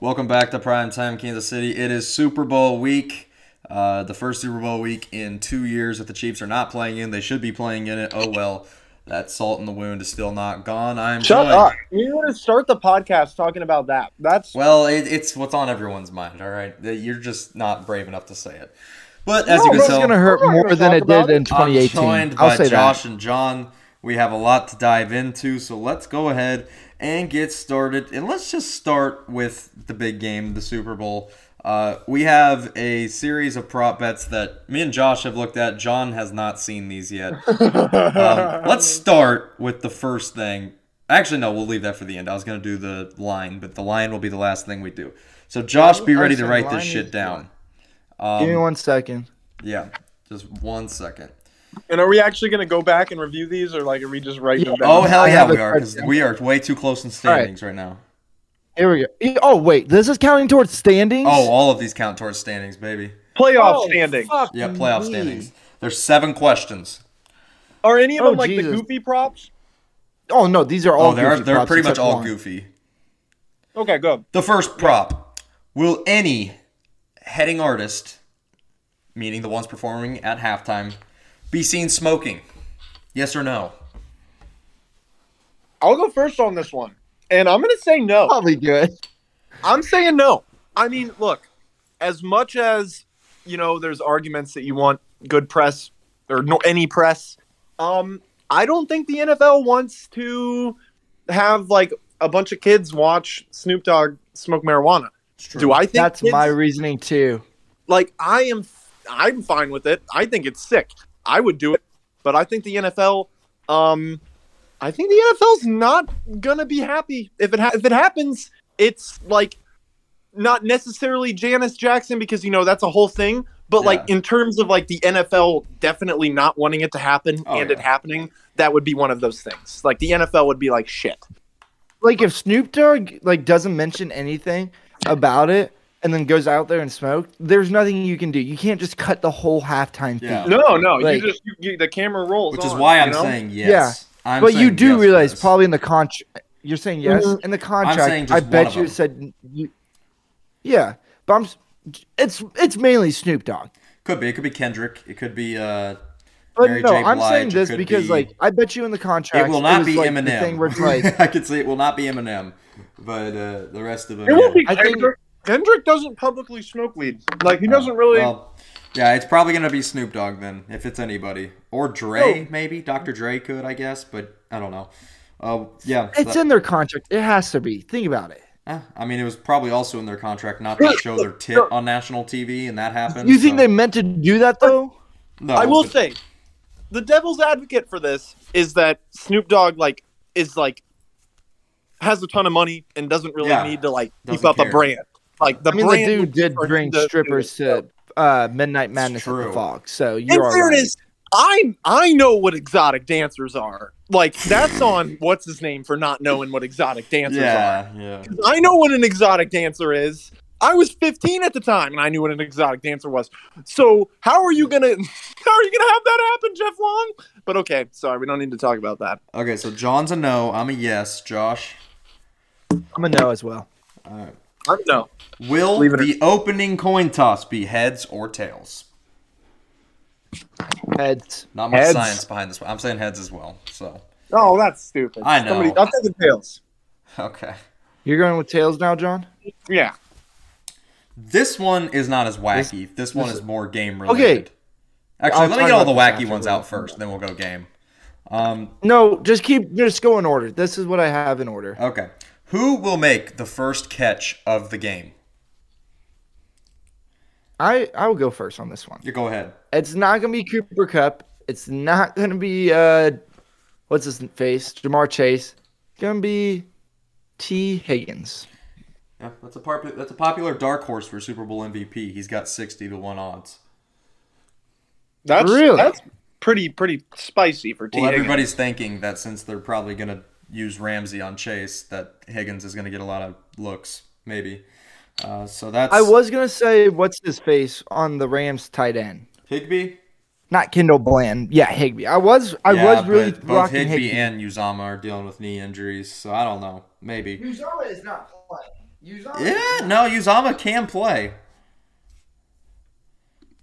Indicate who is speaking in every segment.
Speaker 1: Welcome back to Prime Time Kansas City. It is Super Bowl week. Uh, the first Super Bowl week in two years that the Chiefs are not playing in. They should be playing in it. Oh well, that salt in the wound is still not gone. I'm
Speaker 2: Shut
Speaker 1: joined-
Speaker 2: up. We want to start the podcast talking about that. That's
Speaker 1: Well, it, it's what's on everyone's mind. All right, That you're just not brave enough to say it. But as you
Speaker 2: No,
Speaker 1: can
Speaker 2: it's
Speaker 1: tell,
Speaker 3: it's gonna hurt
Speaker 2: we're not
Speaker 3: more
Speaker 2: gonna
Speaker 3: than
Speaker 2: talk
Speaker 3: it
Speaker 2: about
Speaker 3: did
Speaker 2: it.
Speaker 3: in 2018.
Speaker 1: I'm joined by
Speaker 3: I'll say
Speaker 1: Josh
Speaker 3: that.
Speaker 1: and John. We have a lot to dive into, so let's go ahead and get started. And let's just start with the big game, the Super Bowl. Uh, we have a series of prop bets that me and Josh have looked at. John has not seen these yet. Um, let's start with the first thing. Actually, no, we'll leave that for the end. I was going to do the line, but the line will be the last thing we do. So, Josh, be
Speaker 3: I
Speaker 1: ready to
Speaker 3: said
Speaker 1: write this
Speaker 3: Oh, line
Speaker 1: shit
Speaker 3: is
Speaker 1: down.
Speaker 3: Give me
Speaker 1: Um,
Speaker 3: one second.
Speaker 1: yeah, just one second.
Speaker 2: and are we actually going to go back and review these, or like are we just writing them down?
Speaker 1: Oh hell
Speaker 3: I
Speaker 1: yeah,
Speaker 3: have a
Speaker 1: we are. 'cause
Speaker 3: question.
Speaker 1: We are way too close in
Speaker 3: right.
Speaker 1: standings right. now.
Speaker 3: Here we go. E- Oh wait, this is counting towards standings.
Speaker 1: Oh, all of these count towards standings, baby.
Speaker 2: Playoff
Speaker 3: Oh,
Speaker 2: standing.
Speaker 3: fuck
Speaker 1: Yeah, playoff
Speaker 3: me.
Speaker 1: standings. There's seven questions.
Speaker 2: Are any of
Speaker 3: Oh,
Speaker 2: them like the
Speaker 3: Jesus.
Speaker 2: goofy props?
Speaker 3: Oh no, these are all.
Speaker 1: Oh, they're
Speaker 3: goofy
Speaker 1: they're
Speaker 3: props
Speaker 1: pretty much
Speaker 3: except
Speaker 1: all
Speaker 3: one.
Speaker 1: goofy.
Speaker 2: Okay, good.
Speaker 1: The first prop: Will any heading artist, meaning the ones performing at halftime, be seen smoking? Yes or no?
Speaker 2: I'll go first on this one, and I'm going to say no.
Speaker 3: Probably good.
Speaker 2: I'm saying no. I mean, look, as much as you know, there's arguments that you want good press or no, any press. Um, I don't think the NFL wants to have like a bunch of kids watch Snoop Dogg smoke marijuana.
Speaker 1: It's true.
Speaker 2: Do I think
Speaker 3: That's
Speaker 2: kids-
Speaker 3: my reasoning too.
Speaker 2: like? I am. I'm fine with it. I think it's sick. I would do it, but I think the NFL. Um, I think the NFL's not gonna be happy if it ha- if it happens. It's like not necessarily Janice Jackson because you know that's a whole thing, but like in terms of like the NFL definitely not wanting it to happen
Speaker 1: Oh,
Speaker 2: and it
Speaker 1: yeah.
Speaker 2: happening, that would be one of those things. Like the NFL would be like shit.
Speaker 3: Like if Snoop Dogg like doesn't mention anything about it and then goes out there and smoke, there's nothing you can do. You can't just cut the whole halftime
Speaker 1: Yeah.
Speaker 3: thing.
Speaker 2: No, no,
Speaker 3: Like-
Speaker 2: you just you, you, the camera rolls,
Speaker 1: Which is
Speaker 2: on,
Speaker 1: why I'm
Speaker 2: you know?
Speaker 1: saying yes. I'm
Speaker 3: but you
Speaker 1: saying
Speaker 3: do
Speaker 1: yes for
Speaker 3: realize
Speaker 1: this.
Speaker 3: probably in the contract you're saying yes
Speaker 2: Mhm.
Speaker 3: in the
Speaker 1: saying
Speaker 3: contract.
Speaker 1: just
Speaker 3: I
Speaker 1: one of
Speaker 3: bet you
Speaker 1: them.
Speaker 3: it said you, yeah, but I'm s- it's it's mainly Snoop Dogg.
Speaker 1: could be. It could be Kendrick. It could be. Uh,
Speaker 3: But
Speaker 1: Mary
Speaker 3: no,
Speaker 1: J.
Speaker 3: I'm
Speaker 1: Blige,
Speaker 3: saying
Speaker 1: it
Speaker 3: this
Speaker 1: could
Speaker 3: because,
Speaker 1: be-
Speaker 3: like, I bet you in the
Speaker 1: it
Speaker 3: contract,
Speaker 1: will not
Speaker 3: was,
Speaker 1: be
Speaker 3: like, the
Speaker 1: Eminem.
Speaker 3: thing where it's like,
Speaker 1: I could say it will not be Eminem, but uh, the rest of them.
Speaker 2: It won't
Speaker 1: yeah. Oh.
Speaker 2: be
Speaker 3: I think-
Speaker 2: Kendrick. Kendrick doesn't publicly smoke weed. Like he doesn't really.
Speaker 1: Well, yeah, it's probably gonna be Snoop Dogg then, if it's anybody, or Dre
Speaker 2: No.
Speaker 1: maybe. Dr. Dre could, I guess, but I don't know. Uh, yeah,
Speaker 3: it's
Speaker 1: that-
Speaker 3: in their contract. It has to be. Think about it.
Speaker 1: eh, I mean, it was probably also in their contract not to show their tit on national TV, and that happened.
Speaker 3: You think
Speaker 1: so-
Speaker 3: they meant to do that though?
Speaker 1: No,
Speaker 2: I will
Speaker 1: but-
Speaker 2: say, the devil's advocate for this is that Snoop Dogg like is like has a ton of money and doesn't really
Speaker 1: Yeah.
Speaker 2: need to like keep
Speaker 1: Doesn't
Speaker 2: up
Speaker 1: care.
Speaker 2: a brand. Like the
Speaker 3: I mean, the
Speaker 2: brand
Speaker 3: dude did
Speaker 2: for him
Speaker 3: bring
Speaker 2: to do
Speaker 3: strippers
Speaker 2: it, so-
Speaker 3: to uh, Midnight Madness at
Speaker 1: true.
Speaker 3: the Fox, so you
Speaker 2: And
Speaker 3: are
Speaker 2: there
Speaker 3: right.
Speaker 2: it is. I I know what exotic dancers are. Like that's on what's his name for not knowing what exotic dancers are.
Speaker 1: Yeah, yeah.
Speaker 2: I know what an exotic dancer is. I was 15 at the time, and I knew what an exotic dancer was. So how are you gonna how are you gonna have that happen, Jeff Long? But okay, sorry, we don't need to talk about that.
Speaker 1: Okay, so John's a no. I'm a yes. Josh.
Speaker 3: I'm a no as well.
Speaker 1: All right.
Speaker 2: I'm no.
Speaker 1: Will
Speaker 2: Leave it at-
Speaker 1: the opening coin toss be heads or tails?
Speaker 3: Heads.
Speaker 1: Not much
Speaker 2: Heads.
Speaker 1: science behind this one. I'm saying heads as well. So
Speaker 2: Oh, that's stupid.
Speaker 1: I know.
Speaker 2: Somebody, I'm taking tails.
Speaker 1: okay.
Speaker 3: You're going with tails now, John.
Speaker 2: Yeah.
Speaker 1: This one is not as wacky. This, one is more game related.
Speaker 3: Okay.
Speaker 1: Actually,
Speaker 3: I'll
Speaker 1: let me
Speaker 3: talk
Speaker 1: get all the
Speaker 3: about
Speaker 1: wacky
Speaker 3: this after
Speaker 1: ones
Speaker 3: we're
Speaker 1: out
Speaker 3: done.
Speaker 1: first, then we'll go game. Um,
Speaker 3: No, just keep just go in order. This is what I have in order.
Speaker 1: okay. Who will make the first catch of the game?
Speaker 3: I I will go first on this one.
Speaker 1: You go ahead.
Speaker 3: It's not gonna be Cooper Cup. It's not gonna be uh, what's his face, Jamar Chase. It's gonna be T Higgins.
Speaker 1: Yeah, that's a popular that's a popular dark horse for Super Bowl MVP. He's got sixty to one odds.
Speaker 2: That's
Speaker 3: Really?
Speaker 2: that's pretty pretty spicy for T.
Speaker 1: Well,
Speaker 2: Higgins.
Speaker 1: everybody's thinking that since they're probably gonna use Ramsey on Chase, that Higgins is gonna get a lot of looks, maybe. Uh, so that's
Speaker 3: I was gonna say what's his face on the Rams tight end,
Speaker 1: Higby.
Speaker 3: not Kendall Bland. Yeah, Higby. I was I
Speaker 1: Yeah,
Speaker 3: was really
Speaker 1: but both
Speaker 3: rocking
Speaker 1: Higby
Speaker 3: Higby.
Speaker 1: and Uzama are dealing with knee injuries, so I don't know. Maybe.
Speaker 3: Uzama is not playing.
Speaker 1: Yeah, no, Uzama can play.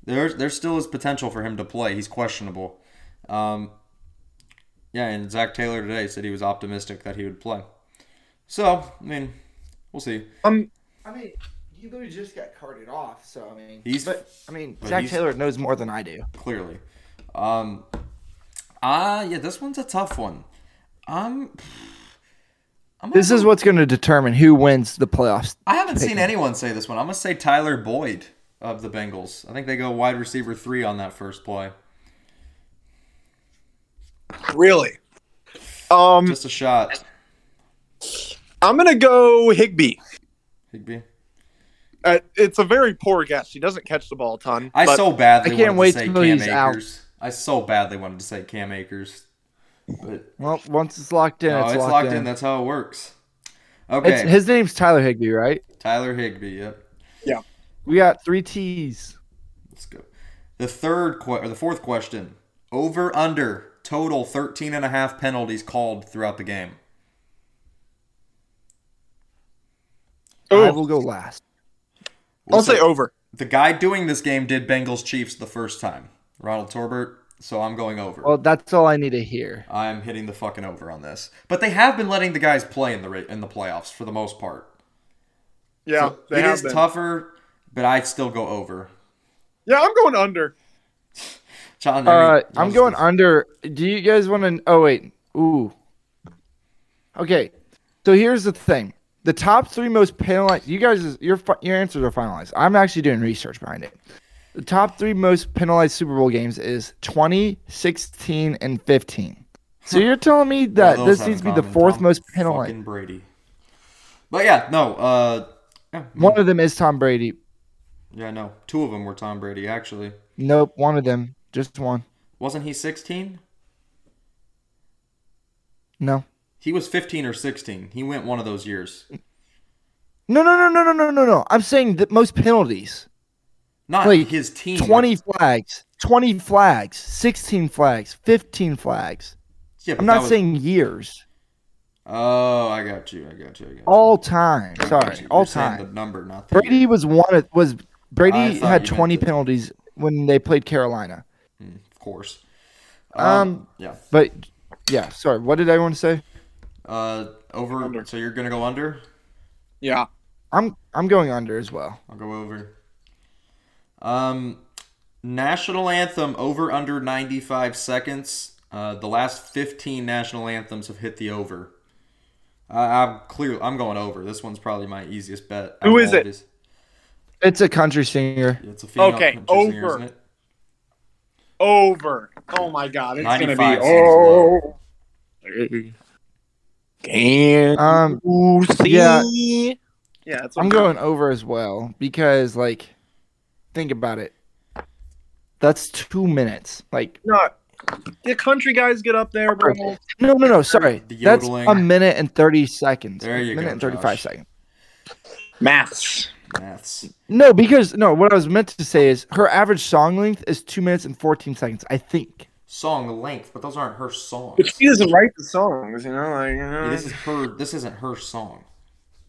Speaker 1: There, there still is potential for him to play. He's questionable. Um, yeah, and Zach Taylor today said he was optimistic that he would play. So, I mean, we'll see.
Speaker 2: Um,
Speaker 3: I mean, he literally just got carted off. So I mean,
Speaker 1: He's-
Speaker 3: but I mean,
Speaker 1: but
Speaker 3: Zach
Speaker 1: he's-
Speaker 3: Taylor knows more than I do.
Speaker 1: clearly. Um, ah, yeah, this one's a tough one. I'm. I'm
Speaker 3: This
Speaker 1: gonna-
Speaker 3: is what's going to determine who wins the playoffs.
Speaker 1: I haven't seen anyone say this one. I'm gonna say Tyler Boyd of the Bengals. I think they go wide receiver three on that first play.
Speaker 2: really? Um,
Speaker 1: Just a shot.
Speaker 2: I'm gonna go Higby.
Speaker 1: Higby.
Speaker 2: Uh, it's a very poor guess. He doesn't catch the ball a ton.
Speaker 1: I
Speaker 2: but
Speaker 1: so badly
Speaker 3: I can't
Speaker 1: wanted
Speaker 3: wait
Speaker 1: to say
Speaker 3: till
Speaker 1: Cam
Speaker 3: he's out.
Speaker 1: Akers. I so badly wanted to say Cam Akers, but
Speaker 3: Well, once it's locked in,
Speaker 1: no,
Speaker 3: it's, locked, in.
Speaker 1: That's how it works. Okay,
Speaker 3: It's, his name's Tyler Higby, right?
Speaker 1: Tyler Higby. Yep.
Speaker 3: We got three T's.
Speaker 1: Let's go. The third que- or the fourth question. Over under total 13 and a half penalties called throughout the game.
Speaker 3: I
Speaker 2: Ooh,
Speaker 3: will go last.
Speaker 2: I'll say over.
Speaker 1: The guy doing this game did Bengals Chiefs the first time, Ronald Torbert. So I'm going over.
Speaker 3: Well, that's all I need to hear.
Speaker 1: I'm hitting the fucking over on this. But they have been letting the guys play in the ra- in the playoffs for the most part.
Speaker 2: Yeah,
Speaker 1: So
Speaker 2: they
Speaker 1: it
Speaker 2: have
Speaker 1: is
Speaker 2: been.
Speaker 1: tougher, but I still go over.
Speaker 2: Yeah, I'm going under.
Speaker 1: John,
Speaker 3: Uh,
Speaker 1: every-
Speaker 3: I'm going under. Do you guys want to? Oh wait. Ooh. Okay. So here's the thing: the top three most penalized. You guys, your fi- your answers are finalized. I'm actually doing research behind it. The top three most penalized Super Bowl games is 20, 16, and 15. So you're telling me
Speaker 1: All
Speaker 3: that
Speaker 1: those
Speaker 3: this
Speaker 1: have
Speaker 3: needs to
Speaker 1: in
Speaker 3: be the
Speaker 1: common,
Speaker 3: fourth
Speaker 1: Tom
Speaker 3: most penalized.
Speaker 1: Fucking Brady. But yeah, no. Uh, yeah,
Speaker 3: One of them is Tom Brady.
Speaker 1: yeah, no. Two of them were Tom Brady actually.
Speaker 3: Nope, one of them, just one.
Speaker 1: Wasn't he 16?
Speaker 3: No.
Speaker 1: He was 15 or 16. He went one of those years.
Speaker 3: No, no, no, no, no, no, no, no. I'm saying the most penalties.
Speaker 1: Not
Speaker 3: Like,
Speaker 1: his team.
Speaker 3: 20 flags, 20 flags, 16 flags, 15 flags.
Speaker 1: Yeah, but
Speaker 3: I'm
Speaker 1: that
Speaker 3: not
Speaker 1: was-
Speaker 3: saying years,
Speaker 1: Oh, I got you. I got you. I got you.
Speaker 3: all time.
Speaker 1: I got you.
Speaker 3: Sorry,
Speaker 1: You're
Speaker 3: all
Speaker 1: saying The
Speaker 3: time.
Speaker 1: number, not the
Speaker 3: Brady was one of, was
Speaker 1: I
Speaker 3: Brady
Speaker 1: thought
Speaker 3: had
Speaker 1: you meant
Speaker 3: 20
Speaker 1: the-
Speaker 3: penalties when they played Carolina.
Speaker 1: year, Hmm, of course.
Speaker 3: Um,
Speaker 1: yeah.
Speaker 3: But yeah, sorry. What did everyone say?
Speaker 1: Uh, over.
Speaker 2: Under.
Speaker 1: So you're gonna go under.
Speaker 2: Yeah.
Speaker 3: I'm I'm going under as well.
Speaker 1: I'll go over. Um, national anthem over under 95 seconds. Uh, the last 15 national anthems have hit the over. Uh, I'm clear. I'm going over. This one's probably my easiest bet.
Speaker 2: Who
Speaker 1: out of
Speaker 2: is
Speaker 1: all of
Speaker 2: it?
Speaker 1: these.
Speaker 3: It's a country singer.
Speaker 1: It's a female
Speaker 2: Okay,
Speaker 1: country singer,
Speaker 2: over.
Speaker 1: isn't it?
Speaker 2: Over. Oh my god, it's gonna
Speaker 1: 95
Speaker 2: be
Speaker 1: seems low.
Speaker 2: oh. Can
Speaker 3: Um,
Speaker 2: you see?
Speaker 3: yeah.
Speaker 2: yeah that's what
Speaker 3: I'm going over as well because like think about it. That's 2 minutes. Like
Speaker 2: Not the country guys get up there, bro.
Speaker 3: No, no, no. Sorry,
Speaker 1: The
Speaker 3: that's
Speaker 1: yodeling.
Speaker 3: a minute and thirty seconds.
Speaker 1: There you
Speaker 3: minute
Speaker 1: go,
Speaker 3: and thirty-five
Speaker 1: Josh.
Speaker 3: seconds.
Speaker 2: Maths.
Speaker 1: Maths.
Speaker 3: No, because no. What I was meant to say is her average song length is two minutes and fourteen seconds. I think.
Speaker 1: Song length, but those aren't her songs.
Speaker 2: But she doesn't write the songs, you know. Like, you know.
Speaker 1: Yeah, this is her. This isn't her song,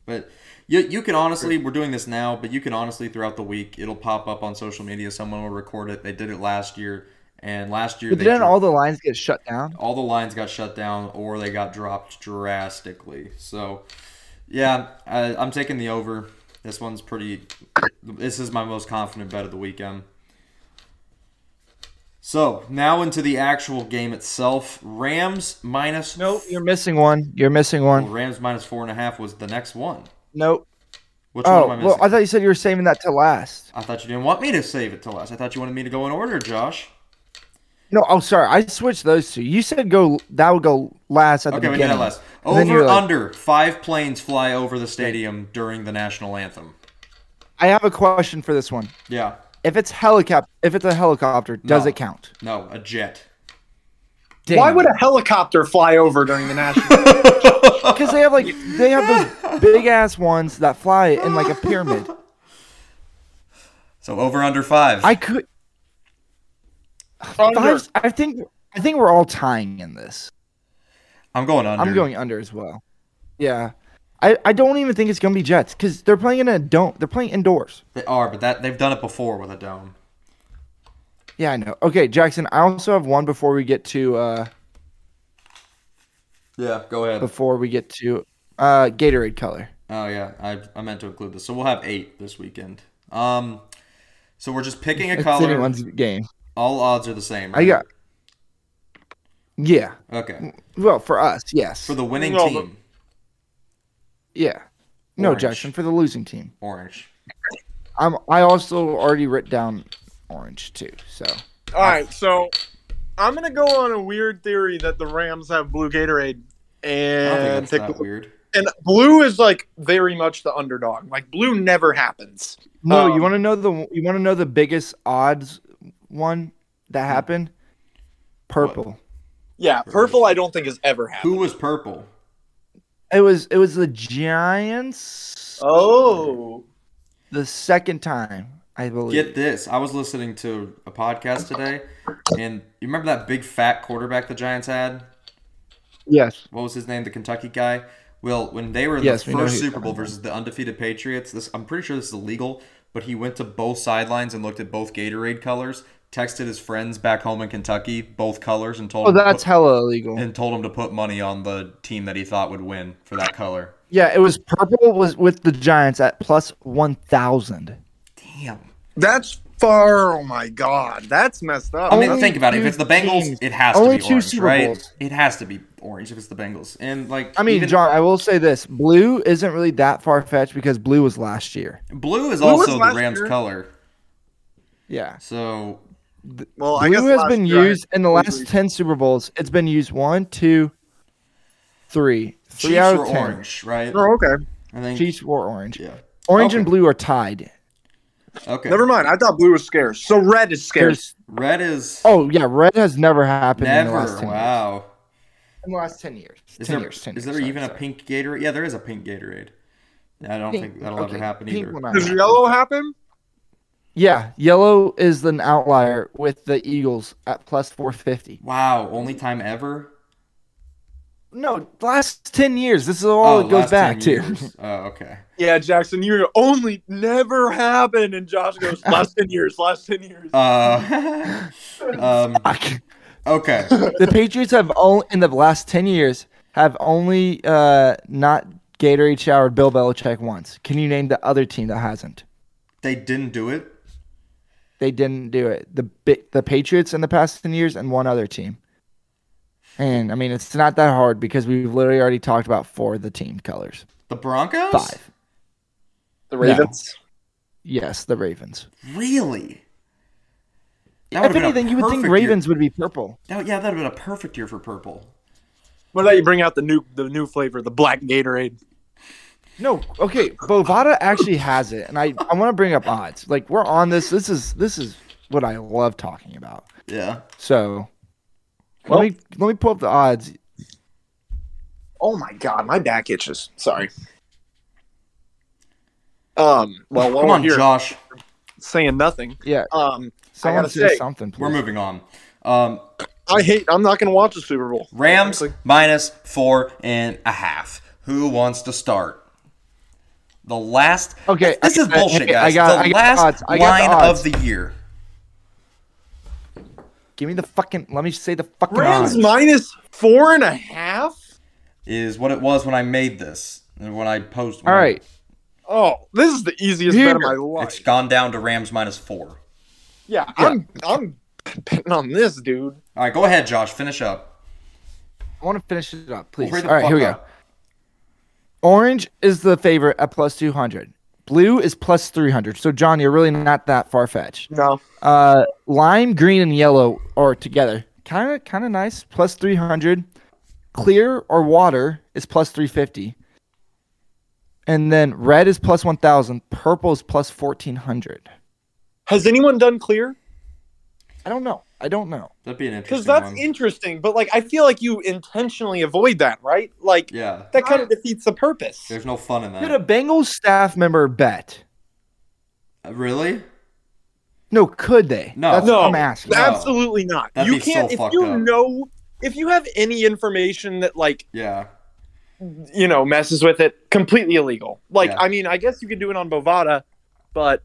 Speaker 1: but you you can honestly. We're doing this now, but you can honestly throughout the week it'll pop up on social media. Someone will record it. They did it last year, and last year
Speaker 3: But
Speaker 1: they
Speaker 3: then
Speaker 1: dro-
Speaker 3: all the lines get shut down.
Speaker 1: all the lines got shut down or they got dropped drastically. So, yeah, I, I'm taking the over. This one's pretty. This is my most confident bet of the weekend. So now into the actual game itself. Rams minus
Speaker 3: Nope, you're missing one. You're missing
Speaker 1: Well,
Speaker 3: one.
Speaker 1: Rams minus four and a half was the next one.
Speaker 3: Nope.
Speaker 1: Which one
Speaker 3: Oh,
Speaker 1: am I
Speaker 3: well,
Speaker 1: missing?
Speaker 3: I thought you said you were saving that to last.
Speaker 1: I thought you didn't want me to save it till last. I thought you wanted me to go in order, Josh.
Speaker 3: No, oh, sorry, I switched those two. You said go. That would go last at the
Speaker 1: Okay, we
Speaker 3: beginning.
Speaker 1: did that last.
Speaker 3: And then
Speaker 1: Over
Speaker 3: you're like-
Speaker 1: under five planes fly over the stadium during the national anthem.
Speaker 3: I have a question for this one.
Speaker 1: Yeah,
Speaker 3: If it's helicopter, if it's a helicopter, does
Speaker 1: No.
Speaker 3: it count?
Speaker 1: no, a jet.
Speaker 2: Why
Speaker 3: Damn.
Speaker 2: would a helicopter fly over during the national?
Speaker 3: Because they have like they have those big ass ones that fly in like a pyramid.
Speaker 1: So over under five.
Speaker 3: I could.
Speaker 2: Under.
Speaker 3: Five, I think. I think we're all tying in this.
Speaker 1: I'm going under.
Speaker 3: I'm going under as well. Yeah. I, I don't even think it's gonna be Jets because they're playing in a dome. They're playing indoors.
Speaker 1: They are, but that they've done it before with a dome.
Speaker 3: Yeah, I know. Okay, Jackson. I also have one before we get to uh
Speaker 1: Yeah, go ahead.
Speaker 3: before we get to uh Gatorade color.
Speaker 1: Oh yeah, I, I meant to include this. So we'll have eight this weekend. Um, so we're just picking a
Speaker 3: It's
Speaker 1: color.
Speaker 3: anyone's game.
Speaker 1: All odds are the same.
Speaker 3: I
Speaker 1: Right?
Speaker 3: got. Mm. Yeah.
Speaker 1: okay
Speaker 3: Well, for us, yes.
Speaker 1: for the winning
Speaker 2: No, but-
Speaker 1: team.
Speaker 3: yeah. No,
Speaker 1: Orange.
Speaker 3: Jackson. For the losing team,
Speaker 1: Orange.
Speaker 3: I'm. I also already writ down orange too. So
Speaker 2: All right, so I'm gonna go on a weird theory that the Rams have blue Gatorade
Speaker 1: I don't
Speaker 2: and
Speaker 1: think
Speaker 2: pick
Speaker 1: that's that weird.
Speaker 2: and blue is like very much the underdog. Like blue never happens.
Speaker 3: no,
Speaker 2: Um,
Speaker 3: you want to know the you want to know the biggest odds one that
Speaker 2: Hmm.
Speaker 3: happened? Purple.
Speaker 2: Yeah, purple I don't think has ever
Speaker 1: Who
Speaker 2: happened.
Speaker 1: was purple?
Speaker 3: It was it was the Giants
Speaker 2: Oh,
Speaker 3: the second time I believe.
Speaker 1: Get this. I was listening to a podcast today, and you remember that big fat quarterback the Giants had?
Speaker 3: yes.
Speaker 1: What was his name? The Kentucky guy. Well, when they were in
Speaker 3: Yes,
Speaker 1: the
Speaker 3: we know
Speaker 1: first
Speaker 3: who-
Speaker 1: Super Bowl versus the undefeated Patriots, this I'm pretty sure this is illegal, but he went to both sidelines and looked at both Gatorade colors, texted his friends back home in Kentucky both colors, and told
Speaker 3: Oh,
Speaker 1: them to
Speaker 3: that's
Speaker 1: put-
Speaker 3: hella illegal.
Speaker 1: and told him to put money on the team that he thought would win for that color.
Speaker 3: Yeah, it was purple was with the Giants at plus one thousand.
Speaker 1: Damn.
Speaker 2: that's far. Oh my god, that's messed up.
Speaker 1: I mean,
Speaker 3: Only
Speaker 1: think about it. If
Speaker 3: two
Speaker 1: it's the Bengals,
Speaker 3: teams.
Speaker 1: it has
Speaker 3: Only
Speaker 1: to be
Speaker 3: two
Speaker 1: orange,
Speaker 3: Super
Speaker 1: right?
Speaker 3: Bowls.
Speaker 1: It has to be orange if it's the Bengals. And like,
Speaker 3: I mean,
Speaker 1: even-
Speaker 3: John, I will say this: blue isn't really that far fetched because blue was last year.
Speaker 1: blue is
Speaker 2: Blue was
Speaker 1: also the
Speaker 2: last
Speaker 1: Rams'
Speaker 2: year.
Speaker 1: color.
Speaker 3: Yeah,
Speaker 1: So
Speaker 2: well, I guess
Speaker 3: blue has
Speaker 2: last
Speaker 3: been
Speaker 2: year I-
Speaker 3: used in the last ten Super Bowls. It's been used one, two, three, three
Speaker 1: Chiefs
Speaker 3: out
Speaker 1: were
Speaker 3: of ten.
Speaker 1: orange, right?
Speaker 2: Oh, okay.
Speaker 1: I think.
Speaker 3: Chiefs were orange.
Speaker 1: Yeah.
Speaker 3: Orange and
Speaker 1: Okay.
Speaker 3: blue are tied.
Speaker 1: Okay.
Speaker 2: Never mind. I thought blue was scarce. So red is scarce.
Speaker 3: There's,
Speaker 1: Red is
Speaker 3: oh yeah, red has never happened in the
Speaker 1: never.
Speaker 3: last ten years.
Speaker 1: Wow.
Speaker 3: In the last ten years.
Speaker 1: Is
Speaker 3: ten
Speaker 1: there,
Speaker 3: years.
Speaker 1: is
Speaker 3: Ten years,
Speaker 1: there
Speaker 3: sorry,
Speaker 1: even
Speaker 3: sorry.
Speaker 1: a pink Gatorade? Yeah, there is a pink Gatorade. Yeah, I don't
Speaker 3: Pink-
Speaker 1: think that'll
Speaker 3: okay,
Speaker 1: ever happen
Speaker 3: pink
Speaker 1: either.
Speaker 3: will not
Speaker 2: Does
Speaker 3: happen.
Speaker 2: yellow happen?
Speaker 3: Yeah, yellow is an outlier with the Eagles at plus 450.
Speaker 1: Wow, only time ever.
Speaker 3: No, last 10 years. This is all Oh, it goes
Speaker 1: Oh, last 10
Speaker 3: back to.
Speaker 1: years. Oh, okay.
Speaker 2: Yeah, Jackson, you're only never happened. And Josh goes, last 10 years, last 10 years.
Speaker 1: Uh, um,
Speaker 3: Fuck.
Speaker 1: okay.
Speaker 3: the Patriots have only, in the last 10 years, have only uh, not Gatorade showered Bill Belichick once. Can you name the other team that hasn't?
Speaker 1: They didn't do it.
Speaker 3: They didn't do it. The Bi- the Patriots in the past 10 years and one other team. And I mean, it's not that hard because we've literally already talked about four of the team colors.
Speaker 1: The Broncos?
Speaker 3: Five.
Speaker 2: The
Speaker 3: Ravens? Yes, the Ravens.
Speaker 1: Really? That would've
Speaker 3: if
Speaker 1: been a
Speaker 3: anything, you would think
Speaker 1: perfect
Speaker 3: Ravens would be purple.
Speaker 1: Year. That- yeah, that would have been a perfect year for purple.
Speaker 2: What about you bring out the new the new flavor, the black Gatorade?
Speaker 3: No, okay, Bovada actually has it, and I, I want to bring up odds. Like we're on this. This is this is what I love talking about.
Speaker 1: Yeah.
Speaker 3: So
Speaker 2: Well-
Speaker 3: let me let me pull up the odds.
Speaker 2: Oh my god, my back itches. Sorry. Um, well, while
Speaker 1: Come
Speaker 2: we're
Speaker 1: on,
Speaker 2: here
Speaker 1: Josh.
Speaker 2: saying nothing,
Speaker 3: Yeah,
Speaker 2: um,
Speaker 3: someone
Speaker 2: gotta
Speaker 3: say
Speaker 2: say,
Speaker 3: something. Please.
Speaker 1: We're moving on. Um,
Speaker 2: I hate. I'm not gonna watch the Super Bowl.
Speaker 1: Rams minus four and a half. Who wants to start? The last.
Speaker 3: Okay,
Speaker 1: This
Speaker 3: I-
Speaker 1: is bullshit,
Speaker 3: I- I
Speaker 1: guys.
Speaker 3: got- I
Speaker 1: the
Speaker 3: got
Speaker 1: last
Speaker 3: odds. I got the
Speaker 1: line
Speaker 3: odds.
Speaker 1: of the year.
Speaker 3: Give me the fucking. Let me say the fucking
Speaker 2: Rams
Speaker 3: odds.
Speaker 2: minus four and a half.
Speaker 1: is what it was when I made this and when I post.
Speaker 3: All right,
Speaker 2: Oh, this is the easiest bet of my
Speaker 3: Here.
Speaker 2: life.
Speaker 1: it's gone down to Rams minus four.
Speaker 2: yeah, I'm I'm betting on this, dude.
Speaker 1: All right, go ahead, Josh. Finish up.
Speaker 3: I want to finish it up, please.
Speaker 1: Hurry the
Speaker 3: All right,
Speaker 1: fuck
Speaker 3: here we go.
Speaker 1: up.
Speaker 3: Orange is the favorite at plus two hundred. Blue is plus three hundred. So John, you're really not that far fetched.
Speaker 2: No,
Speaker 3: Uh, lime green and yellow are together. Kind of, kind of nice. Plus three hundred. Clear or water is plus three fifty. And then red is plus one thousand. Purple is plus fourteen hundred.
Speaker 2: has anyone done clear?
Speaker 3: I don't know. I don't know.
Speaker 1: That'd be an
Speaker 2: Because
Speaker 1: interesting
Speaker 2: that's
Speaker 1: one.
Speaker 2: interesting, but like I feel like you intentionally avoid that, right? Like
Speaker 1: yeah,
Speaker 2: that kind of defeats the purpose.
Speaker 1: there's no fun in
Speaker 3: Could a
Speaker 1: that.
Speaker 3: Bengals staff member bet?
Speaker 1: Uh, Really?
Speaker 3: No, could they?
Speaker 1: No.
Speaker 3: That's
Speaker 2: No.
Speaker 3: what I'm asking.
Speaker 1: No.
Speaker 2: Absolutely not.
Speaker 1: That'd
Speaker 2: you
Speaker 1: be so
Speaker 2: can't if
Speaker 1: fucked
Speaker 2: you
Speaker 1: up.
Speaker 2: know if you have any information that like
Speaker 1: Yeah.
Speaker 2: you know, messes with it, completely illegal. Like,
Speaker 1: Yeah.
Speaker 2: I mean, I guess you could do it on Bovada, but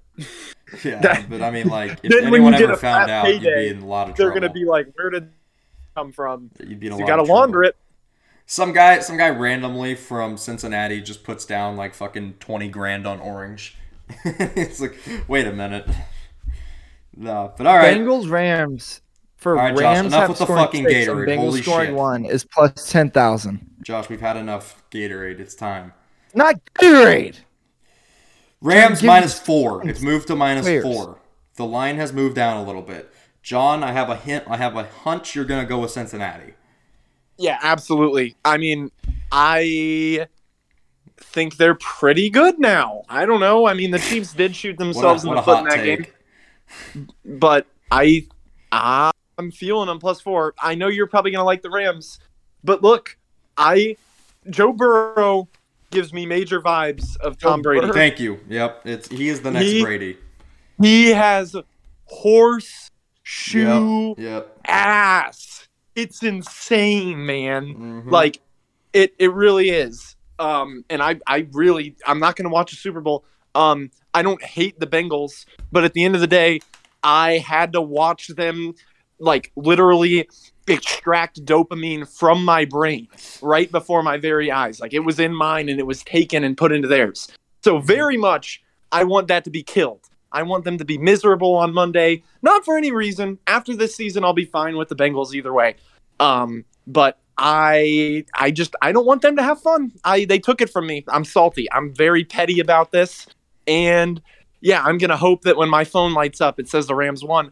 Speaker 1: Yeah,
Speaker 2: That-
Speaker 1: but I mean, like, if
Speaker 2: Then when
Speaker 1: anyone
Speaker 2: you get
Speaker 1: ever
Speaker 2: a
Speaker 1: found
Speaker 2: fat
Speaker 1: out, you'd
Speaker 2: payday,
Speaker 1: be in a lot of
Speaker 2: they're
Speaker 1: trouble.
Speaker 2: going to be like, where did it come from?
Speaker 1: You'd be in a
Speaker 2: You
Speaker 1: lot
Speaker 2: got to
Speaker 1: of trouble.
Speaker 2: launder it.
Speaker 1: Some guy, some guy randomly from Cincinnati just puts down like fucking twenty grand on orange. it's like, wait a minute. No, but all right.
Speaker 3: Bengals Rams for
Speaker 1: All right, Josh,
Speaker 3: Rams
Speaker 1: enough
Speaker 3: have
Speaker 1: with the
Speaker 3: scoring
Speaker 1: fucking
Speaker 3: six and
Speaker 1: Gatorade.
Speaker 3: Bengals
Speaker 1: Holy
Speaker 3: scoring
Speaker 1: shit.
Speaker 3: one is plus ten thousand.
Speaker 1: Josh, we've had enough Gatorade. It's time.
Speaker 3: Not Gatorade.
Speaker 1: Rams
Speaker 3: give me
Speaker 1: minus four. It's moved to minus
Speaker 3: players.
Speaker 1: four. The line has moved down a little bit. John, I have a hint. I have a hunch you're gonna go with Cincinnati.
Speaker 2: Yeah, absolutely. I mean, I think they're pretty good now. I don't know. I mean, the Chiefs did shoot
Speaker 1: What a,
Speaker 2: themselves
Speaker 1: what
Speaker 2: in
Speaker 1: a
Speaker 2: the foot in
Speaker 1: hot
Speaker 2: that
Speaker 1: take.
Speaker 2: game, but I, I'm feeling them plus four. I know you're probably going to like the Rams, but look, I, Joe Burrow gives me major vibes of Tom
Speaker 3: Joe
Speaker 2: Brady.
Speaker 3: Burrow.
Speaker 1: Thank you. Yep, it's he is the next
Speaker 2: He-
Speaker 1: Brady.
Speaker 2: He has horse shoe
Speaker 1: Yep. Yep.
Speaker 2: ass. It's insane, man.
Speaker 1: Mhm.
Speaker 2: Like it it really is. Um and I I really I'm not going to watch a Super Bowl. Um I don't hate the Bengals, but at the end of the day, I had to watch them like literally extract dopamine from my brain right before my very eyes. Like it was in mine and it was taken and put into theirs. So very much I want that to be killed. I want them to be miserable on Monday, not for any reason. After this season I'll be fine with the Bengals either way. Um but I I just I don't want them to have fun. I they took it from me. I'm salty. I'm very petty about this. And yeah, I'm gonna hope that when my phone lights up it says the Rams won.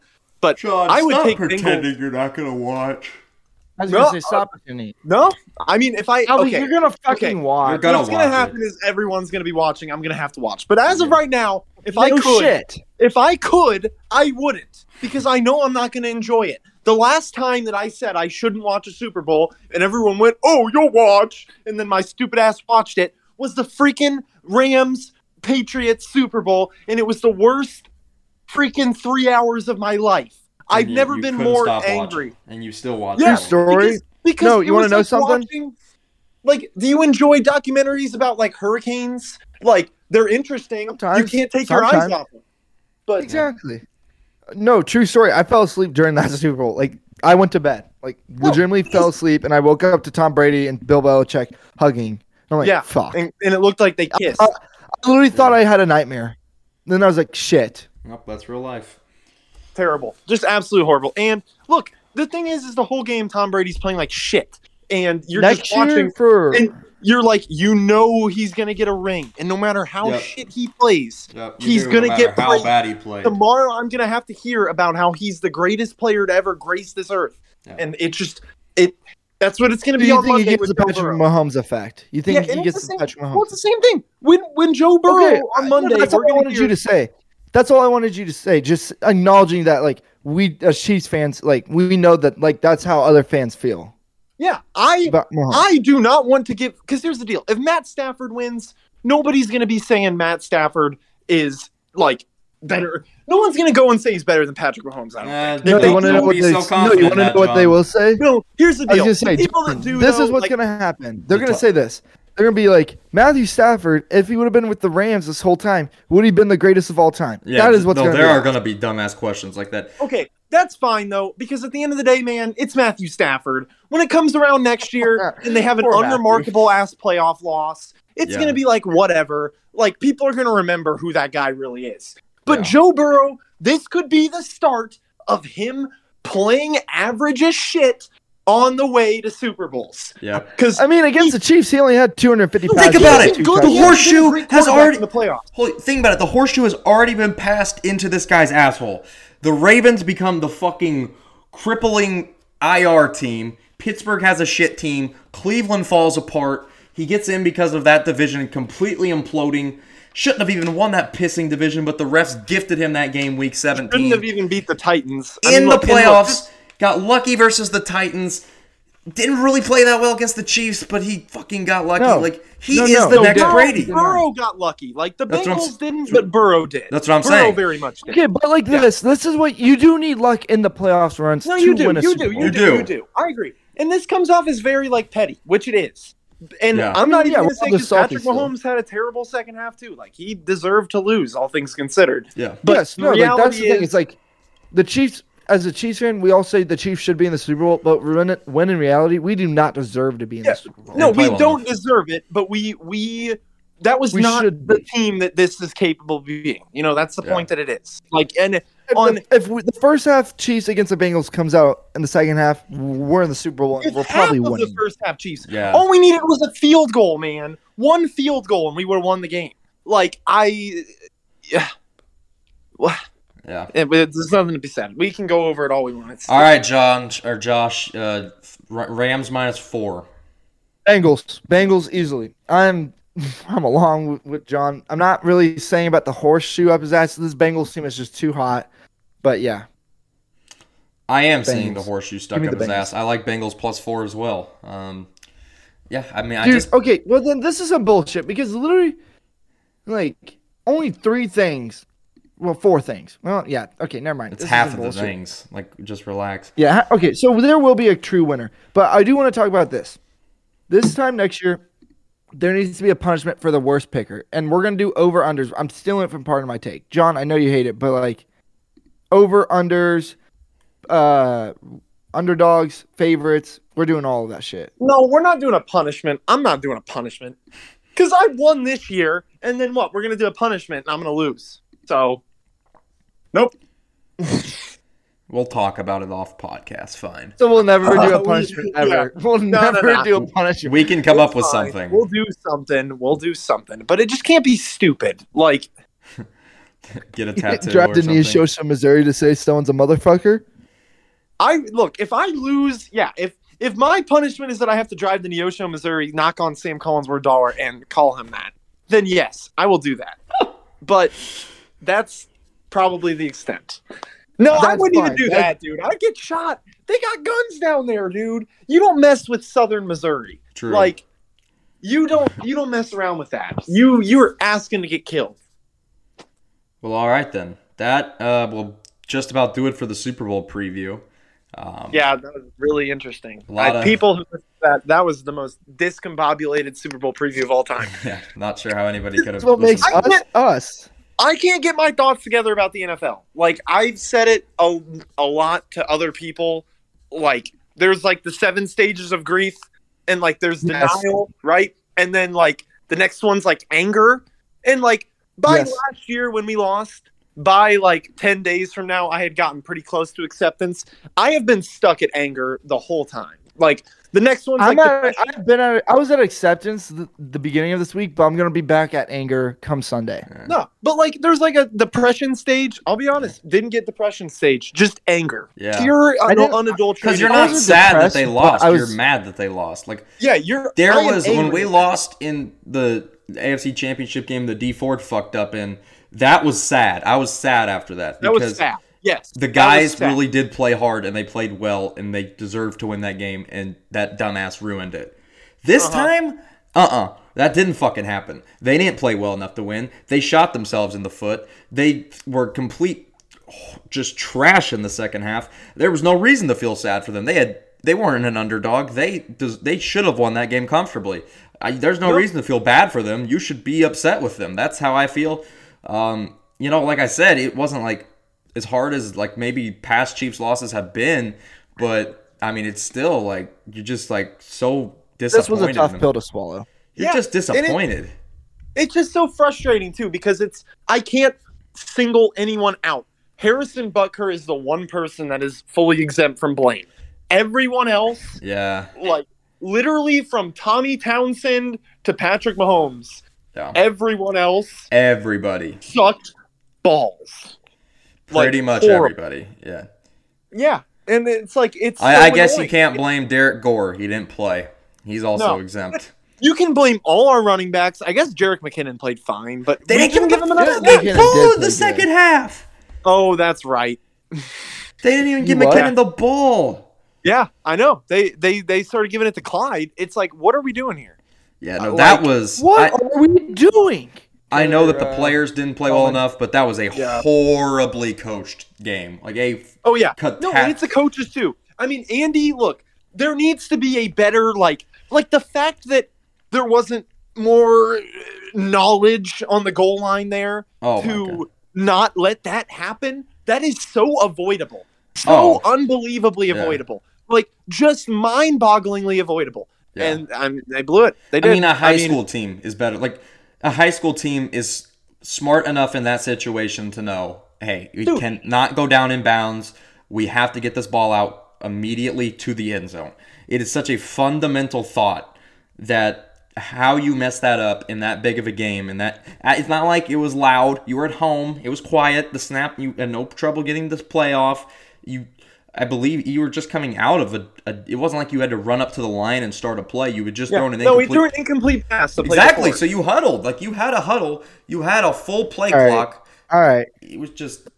Speaker 1: John,
Speaker 2: I would stop take pretending
Speaker 1: you're not gonna watch.
Speaker 3: I was
Speaker 2: No,
Speaker 3: gonna say stop opportunity.
Speaker 2: No, I mean if I
Speaker 3: Albie,
Speaker 2: okay,
Speaker 3: you're gonna fucking
Speaker 2: Okay.
Speaker 1: You're
Speaker 3: watch.
Speaker 1: gonna
Speaker 2: what's gonna
Speaker 1: watch
Speaker 2: happen is everyone's gonna be watching. I'm gonna have to watch. But as of
Speaker 1: Yeah.
Speaker 2: right now, if I
Speaker 3: no
Speaker 2: could,
Speaker 3: shit.
Speaker 2: if I could, I wouldn't because I know I'm not gonna enjoy it. The last time that I said I shouldn't watch a Super Bowl and everyone went, "Oh, you'll watch," and then my stupid ass watched it was the freaking Rams Patriots Super Bowl, and it was the worst freaking three hours of my life. I've
Speaker 1: And you-
Speaker 2: never
Speaker 1: you
Speaker 2: been
Speaker 1: couldn't
Speaker 2: more
Speaker 1: stop watching,
Speaker 2: angry.
Speaker 1: and you still watch.
Speaker 2: Yeah.
Speaker 1: that one.
Speaker 3: Story?
Speaker 2: Because, because
Speaker 3: No,
Speaker 2: it
Speaker 3: you wanna
Speaker 2: was
Speaker 3: know
Speaker 2: like
Speaker 3: something?
Speaker 2: watching- like, do you enjoy documentaries about like hurricanes? Like, they're interesting. you
Speaker 3: Sometimes.
Speaker 2: can't take your eyes
Speaker 3: Sometimes.
Speaker 2: off them. But
Speaker 3: Exactly. No, true story. I fell asleep during that Super Bowl. Like I went to bed. Like
Speaker 2: No,
Speaker 3: legitimately fell asleep, and I woke up to Tom Brady and Bill Belichick hugging. I'm like,
Speaker 2: Yeah,
Speaker 3: fuck.
Speaker 2: and, and it looked like they kissed.
Speaker 3: Uh, I literally thought I had a nightmare. Then I was like, shit.
Speaker 1: Nope, that's real life.
Speaker 2: terrible, just absolutely horrible. And look, the thing is, is the whole game Tom Brady's playing like shit, and you're
Speaker 3: Next
Speaker 2: just
Speaker 3: year
Speaker 2: watching.
Speaker 3: for
Speaker 2: And you're like, you know, he's gonna get a ring, and no matter how
Speaker 1: Yep.
Speaker 2: shit he plays,
Speaker 1: Yep,
Speaker 2: He's
Speaker 1: do,
Speaker 2: gonna
Speaker 1: no matter
Speaker 2: get
Speaker 1: how
Speaker 2: played.
Speaker 1: bad he played.
Speaker 2: tomorrow I'm gonna have to hear about how he's the greatest player to ever grace this earth,
Speaker 1: Yeah.
Speaker 2: and it just it. That's what it's gonna
Speaker 3: do
Speaker 2: be
Speaker 3: you
Speaker 2: on
Speaker 3: think he
Speaker 2: Monday
Speaker 3: gets
Speaker 2: with
Speaker 3: the
Speaker 2: Joe Burrow.
Speaker 3: Patrick Mahomes effect? You think
Speaker 2: Yeah, and
Speaker 3: he
Speaker 2: it's
Speaker 3: gets
Speaker 2: the
Speaker 3: the
Speaker 2: same-
Speaker 3: Patrick Mahomes?
Speaker 2: Well, it's the same thing. When when Joe Burrow
Speaker 3: Okay, I-
Speaker 2: on Monday,
Speaker 3: that's all
Speaker 2: we're
Speaker 3: I
Speaker 2: gonna
Speaker 3: wanted
Speaker 2: hear-
Speaker 3: you to say. That's all I wanted you to say. Just acknowledging that, like we as Chiefs fans, like we know that, like that's how other fans feel
Speaker 2: yeah, I
Speaker 3: about Mahomes.
Speaker 2: I do not want to give because here's the deal: if Matt Stafford wins, nobody's gonna be saying Matt Stafford is like better. No one's gonna go and say he's better than Patrick Mahomes. I don't.
Speaker 1: Uh,
Speaker 3: no,
Speaker 2: they
Speaker 3: you want to
Speaker 2: don't
Speaker 3: know what
Speaker 1: be
Speaker 3: they,
Speaker 1: so
Speaker 3: no,
Speaker 1: confident
Speaker 3: you want to know
Speaker 1: that,
Speaker 3: what they
Speaker 1: John.
Speaker 3: will say.
Speaker 2: No, here's the
Speaker 3: I was
Speaker 2: deal.
Speaker 3: gonna say,
Speaker 2: The people that
Speaker 3: Jordan,
Speaker 2: do
Speaker 3: this
Speaker 2: though,
Speaker 3: is what's
Speaker 2: like,
Speaker 3: gonna happen. They're
Speaker 1: The
Speaker 3: gonna
Speaker 1: top-
Speaker 3: say this. They're gonna be like Matthew Stafford. If he would have been with the Rams this whole time, would he have been the greatest of all time? that is what's
Speaker 1: no,
Speaker 3: gonna
Speaker 1: there
Speaker 3: be.
Speaker 1: are gonna be dumbass questions like that.
Speaker 2: Okay, that's fine though, because at the end of the day, man, it's Matthew Stafford. When it comes around next year and they have an
Speaker 3: Poor Matthew.
Speaker 2: unremarkable ass playoff loss, it's
Speaker 1: Yeah.
Speaker 2: going to be like whatever. Like people are going to remember who that guy really is. But
Speaker 1: Yeah.
Speaker 2: Joe Burrow, this could be the start of him playing average as shit on the way to Super Bowls.
Speaker 1: Yep.
Speaker 2: Because
Speaker 3: I mean, against the Chiefs, he only had 250.
Speaker 1: Think
Speaker 3: passes,
Speaker 1: about it.
Speaker 3: two
Speaker 1: Go- the
Speaker 3: touchdowns.
Speaker 1: horse- horseshoe has already-
Speaker 2: in the playoffs.
Speaker 1: Holy, think about it. The horseshoe has already been passed into this guy's asshole. The Ravens become the fucking crippling IR team. Pittsburgh has a shit team. Cleveland falls apart. He gets in because of that division completely imploding. Shouldn't have even won that pissing division, but the refs gifted him that game week 17
Speaker 2: Couldn't have even beat the Titans I
Speaker 1: in
Speaker 2: mean, look,
Speaker 1: the
Speaker 2: and look,
Speaker 1: playoffs. got lucky versus the Titans. Didn't really play that well against the Chiefs, but he fucking got lucky.
Speaker 3: No.
Speaker 1: Like he
Speaker 3: No,
Speaker 1: is
Speaker 3: no.
Speaker 1: the
Speaker 3: No,
Speaker 1: next
Speaker 3: Burrow-
Speaker 1: Brady.
Speaker 2: Burrow got lucky. Like the
Speaker 1: That's what I'm s-
Speaker 2: Bengals didn't, but Burrow did.
Speaker 1: That's what I'm
Speaker 2: Burrow
Speaker 1: saying.
Speaker 2: very much did.
Speaker 3: Okay, but like this, this is what you do need luck in the playoffs runs
Speaker 2: No,
Speaker 3: to
Speaker 2: you do.
Speaker 3: win a
Speaker 2: You
Speaker 3: Super
Speaker 2: do.
Speaker 3: Bowl.
Speaker 2: You
Speaker 1: do.
Speaker 2: do. You do. I agree. And this comes off as very like petty, which it is. And
Speaker 1: Yeah.
Speaker 2: I'm not even
Speaker 3: Yeah,
Speaker 2: going
Speaker 3: we're
Speaker 2: to say
Speaker 3: on the
Speaker 2: because
Speaker 3: salty
Speaker 2: Patrick
Speaker 3: still.
Speaker 2: Mahomes had a terrible second half too. Like he deserved to lose, all things considered.
Speaker 1: Yeah.
Speaker 2: But
Speaker 3: yes,
Speaker 2: the
Speaker 3: no, like, that's the
Speaker 2: reality
Speaker 3: thing.
Speaker 2: is-
Speaker 3: It's like the Chiefs, as a Chiefs fan, we all say the Chiefs should be in the Super Bowl, but when when in reality, we do not deserve to be in
Speaker 2: Yeah,
Speaker 3: the Super Bowl.
Speaker 2: No,
Speaker 1: And play
Speaker 2: we
Speaker 1: well
Speaker 2: don't deserve it, but we we that was
Speaker 3: We
Speaker 2: not
Speaker 3: should
Speaker 2: the
Speaker 3: be.
Speaker 2: team that this is capable of being. You know, that's the
Speaker 1: Yeah.
Speaker 2: point that it is. Like, and
Speaker 3: If,
Speaker 2: on-
Speaker 3: the, if we, the first half Chiefs against the Bengals comes out in the second half, we're in the Super Bowl and
Speaker 2: it's
Speaker 3: we're
Speaker 2: half
Speaker 3: probably
Speaker 2: of the
Speaker 3: winning.
Speaker 2: first half Chiefs.
Speaker 1: Yeah.
Speaker 2: All we needed was a field goal, man. One field goal, and we would have won the game. Like I, yeah. Well,
Speaker 1: Yeah.
Speaker 2: it- it- there's nothing to be said. We can go over it all we want. It's-
Speaker 1: All right, John or Josh. Uh, R- Rams minus four.
Speaker 3: Bengals, Bengals easily. I'm I'm along with, with John. I'm not really saying about the horseshoe up his ass. This Bengals team is just too hot. But yeah,
Speaker 1: I am seeing
Speaker 3: Bengals.
Speaker 1: the horseshoe stuck
Speaker 3: Give me
Speaker 1: up
Speaker 3: the
Speaker 1: his
Speaker 3: Bengals.
Speaker 1: ass. I like Bengals plus four as well. Um, yeah, I mean, I
Speaker 3: dude.
Speaker 1: just
Speaker 3: okay, well then this is some bullshit because literally, like only three things. Well, four things. Well, yeah. Okay, never mind.
Speaker 1: it's
Speaker 3: This is
Speaker 1: half
Speaker 3: some
Speaker 1: of the
Speaker 3: bullshit.
Speaker 1: things. Like, just relax.
Speaker 3: Yeah. ha- Okay. So there will be a true winner, but I do want to talk about this. This time next year, there needs to be a punishment for the worst picker, and we're gonna do over unders. I'm stealing it from part of my take, John. I know you hate it, but like over unders, uh, underdogs, favorites. We're doing all of that shit.
Speaker 2: No, we're not doing a punishment. I'm not doing a punishment because I won this year, and then what? We're gonna do a punishment, and I'm gonna lose. So, nope.
Speaker 1: We'll talk about it off podcast. Fine.
Speaker 3: So we'll never do
Speaker 2: Uh,
Speaker 3: a
Speaker 2: we-
Speaker 3: punishment
Speaker 2: yeah.
Speaker 3: ever. We'll
Speaker 2: No, no,
Speaker 3: never
Speaker 2: no.
Speaker 3: do a punishment.
Speaker 1: We can come
Speaker 2: It's
Speaker 1: up with
Speaker 2: fine.
Speaker 1: something.
Speaker 2: We'll do something. We'll do something, but it just can't be stupid. Like,
Speaker 1: Get a tattoo or
Speaker 3: Drafted
Speaker 1: something.
Speaker 3: Neosho, Missouri, to say someone's a motherfucker.
Speaker 2: I look if I lose, yeah. If if my punishment is that I have to drive to Neosho, Missouri, knock on Sam Collins for a dollar and call him that, then yes, I will do that. but that's probably the extent. No, I
Speaker 3: That's
Speaker 2: wouldn't even
Speaker 3: fine.
Speaker 2: do
Speaker 3: That's-
Speaker 2: that, dude. I'd get shot. They got guns down there, dude. You don't mess with Southern Missouri.
Speaker 1: True.
Speaker 2: Like you don't you don't mess around with that. You you're asking to get killed.
Speaker 1: Well, all right then. That uh, will just about do it for the Super Bowl preview. Um,
Speaker 2: Yeah, that was really interesting.
Speaker 1: A lot
Speaker 2: I-
Speaker 1: of-
Speaker 2: people who that that was the most discombobulated Super Bowl preview of all time.
Speaker 1: yeah, Not sure how anybody could have.
Speaker 3: That's what makes
Speaker 1: listened.
Speaker 2: I
Speaker 3: us
Speaker 2: can't-
Speaker 3: us.
Speaker 2: I can't get my thoughts together about the NFL. Like I've said it a, a lot to other people. Like there's like the seven stages of grief, and like there's
Speaker 3: Yes.
Speaker 2: denial, right? And then like the next one's like anger, and like by
Speaker 3: Yes.
Speaker 2: last year when we lost, by like ten days from now, I had gotten pretty close to acceptance. I have been stuck at anger the whole time. Like the next one's
Speaker 3: I'm
Speaker 2: like
Speaker 3: at,
Speaker 2: depression.
Speaker 3: I've been at I was at acceptance the, the beginning of this week, but I'm gonna be back at anger come Sunday.
Speaker 1: Yeah.
Speaker 2: no, but like there's like a depression stage. I'll be honest, didn't get depression stage, just anger.
Speaker 1: Yeah.
Speaker 2: pure un-
Speaker 3: I didn't-
Speaker 1: Because
Speaker 2: unadulterated. Oh,
Speaker 1: you're
Speaker 3: I
Speaker 1: not
Speaker 3: was
Speaker 1: sad that
Speaker 3: depressed,
Speaker 1: they
Speaker 3: but
Speaker 1: lost.
Speaker 3: I was-
Speaker 1: You're mad that they lost. Like
Speaker 2: yeah, you're.
Speaker 1: there
Speaker 2: I am
Speaker 1: was when
Speaker 2: angry.
Speaker 1: we lost in the AFC Championship game, the D Ford fucked up in. That was sad. I was sad after that
Speaker 2: That
Speaker 1: because
Speaker 2: was sad. Yes,
Speaker 1: the
Speaker 2: that was
Speaker 1: guys
Speaker 2: sad.
Speaker 1: really did play hard and they played well and they deserved to win that game and that dumbass ruined it. This
Speaker 2: Uh-huh.
Speaker 1: time, uh uh that didn't fucking happen. They didn't play well enough to win. They shot themselves in the foot. They were complete just trash in the second half. There was no reason to feel sad for them. They had they weren't an underdog. They they should have won that game comfortably. I, there's no reason to feel bad for them. You should be upset with them. That's how I feel. Um, you know, like I said, it wasn't like as hard as like maybe past Chiefs losses have been, but I mean, it's still like you're just like so
Speaker 3: This
Speaker 1: disappointed.
Speaker 3: was a tough
Speaker 1: in them.
Speaker 3: pill to swallow.
Speaker 1: You're
Speaker 2: Yeah,
Speaker 1: just
Speaker 2: and it-
Speaker 1: disappointed.
Speaker 2: It's just so frustrating too because it's I can't single anyone out. Harrison Butker is the one person that is fully exempt from blame. Everyone else,
Speaker 1: Yeah,
Speaker 2: like literally from Tommy Townsend to Patrick Mahomes,
Speaker 1: yeah.
Speaker 2: everyone else
Speaker 1: Everybody,
Speaker 2: sucked balls. Like,
Speaker 1: pretty much
Speaker 2: horrible.
Speaker 1: everybody. Yeah.
Speaker 2: Yeah, and it's like it's. so
Speaker 1: I, I guess you
Speaker 2: annoying.
Speaker 1: can't blame Derek Gore. He didn't play. He's also
Speaker 2: No.
Speaker 1: exempt.
Speaker 2: You can blame all our running backs. I guess Jarek McKinnon played fine, but we didn't give him enough.
Speaker 3: fucking McKinnon did
Speaker 1: ball in
Speaker 3: play
Speaker 1: the
Speaker 3: good.
Speaker 1: second half.
Speaker 2: Oh, that's right.
Speaker 1: They didn't even
Speaker 3: You
Speaker 1: give
Speaker 3: what?
Speaker 1: McKinnon the ball.
Speaker 2: Yeah, I know. They they they started giving it to Clyde. It's like, what are we doing here?
Speaker 1: Yeah, no,
Speaker 2: Uh,
Speaker 1: that
Speaker 2: like,
Speaker 1: was.
Speaker 3: What are we doing?
Speaker 1: I, I know that the
Speaker 3: Uh,
Speaker 1: players didn't play well
Speaker 3: Coleman.
Speaker 1: enough, but that was a
Speaker 2: Yeah.
Speaker 1: horribly coached game. Like a
Speaker 2: Oh yeah,
Speaker 1: cut.
Speaker 2: no, and it's the coaches too. I mean, Andy, look, there needs to be a better like like the fact that there wasn't more uh, knowledge on the goal line there
Speaker 1: Oh, my God.
Speaker 2: to not let that happen. That is so avoidable. So unbelievably
Speaker 1: Oh. Yeah.
Speaker 2: avoidable. Like just mind-bogglingly avoidable.
Speaker 1: Yeah.
Speaker 2: And I mean, they blew it. They
Speaker 1: I
Speaker 2: did.
Speaker 1: mean, a high
Speaker 2: mean,
Speaker 1: school team is better. Like a high school team is smart enough in that situation to know, hey, we
Speaker 2: Dude.
Speaker 1: cannot go down in bounds. We have to get this ball out immediately to the end zone. It is such a fundamental thought that how you mess that up in that big of a game and that uh, it's not like it was loud. You were at home. It was quiet. The snap. You had no trouble getting this playoff. You I believe you were just coming out of a, a. It wasn't like you had to run up to the line and start a play. You would just
Speaker 2: yeah.
Speaker 1: throw an
Speaker 2: No, he
Speaker 1: incomplete.
Speaker 2: threw an incomplete pass. the play
Speaker 1: Exactly.
Speaker 2: before.
Speaker 1: So you huddled. Like you had a huddle. You had a full play
Speaker 3: All right.
Speaker 1: clock.
Speaker 3: All right.
Speaker 1: It was just